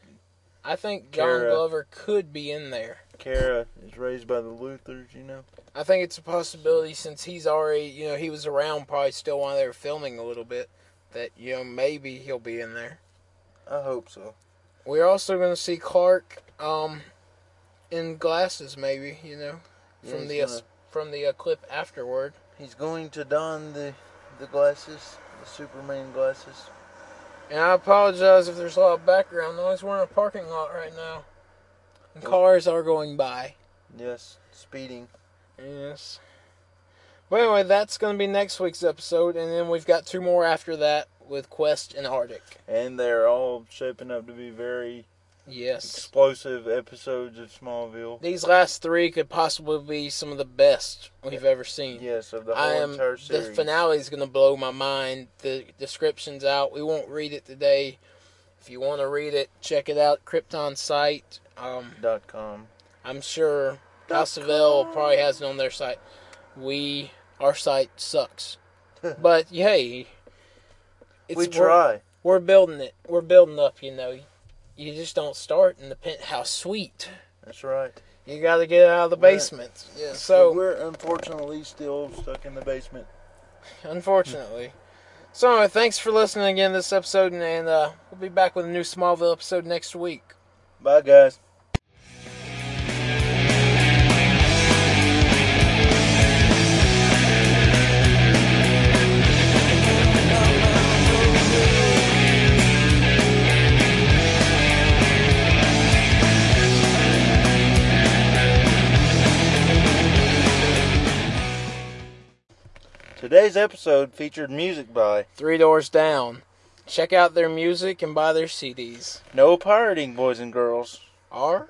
[SPEAKER 2] I think John
[SPEAKER 1] Kara.
[SPEAKER 2] Glover could be in there.
[SPEAKER 1] Kara is raised by the Luthers, you know.
[SPEAKER 2] I think it's a possibility since he's already, you know, he was around probably still while they were filming a little bit, that, you know, maybe he'll be in there.
[SPEAKER 1] I hope so.
[SPEAKER 2] We're also going to see Clark um, in glasses, maybe, you know,
[SPEAKER 1] Yeah,
[SPEAKER 2] from,
[SPEAKER 1] he's
[SPEAKER 2] the, uh,
[SPEAKER 1] gonna-
[SPEAKER 2] from the uh, clip afterward.
[SPEAKER 4] He's going to don the the glasses, the Superman glasses.
[SPEAKER 2] And I apologize if there's a lot of background noise. We're in a parking lot right now. And cars are going by.
[SPEAKER 4] Yes, speeding.
[SPEAKER 2] Yes. But anyway, that's going to be next week's episode, and then we've got two more after that with Quest and Arctic.
[SPEAKER 1] And they're all shaping up to be very
[SPEAKER 2] Yes.
[SPEAKER 1] explosive episodes of Smallville.
[SPEAKER 2] These last three could possibly be some of the best we've ever seen.
[SPEAKER 1] Yes, of the whole
[SPEAKER 2] I am.
[SPEAKER 1] entire
[SPEAKER 2] The
[SPEAKER 1] series.
[SPEAKER 2] finale is going to blow my mind. The description's out. We won't read it today. If you want to read it, check it out. Krypton site. Um,
[SPEAKER 1] Dot com.
[SPEAKER 2] I'm sure Casavell probably has it on their site. We our site sucks, but hey, it's
[SPEAKER 4] we
[SPEAKER 2] we're-
[SPEAKER 4] try.
[SPEAKER 2] We're, building it. We're building up. You know, you just don't start in the penthouse suite.
[SPEAKER 4] That's right.
[SPEAKER 2] You got to get out of the basement. Yeah. So
[SPEAKER 4] we're unfortunately still stuck in the basement.
[SPEAKER 2] unfortunately. So anyway, thanks for listening again to this episode, and, and uh, we'll be back with a new Smallville episode next week.
[SPEAKER 4] Bye, guys. Today's episode featured music by
[SPEAKER 2] Three doors down. Check out their music and buy their CDs.
[SPEAKER 4] No Pirating Boys and Girls.
[SPEAKER 2] Are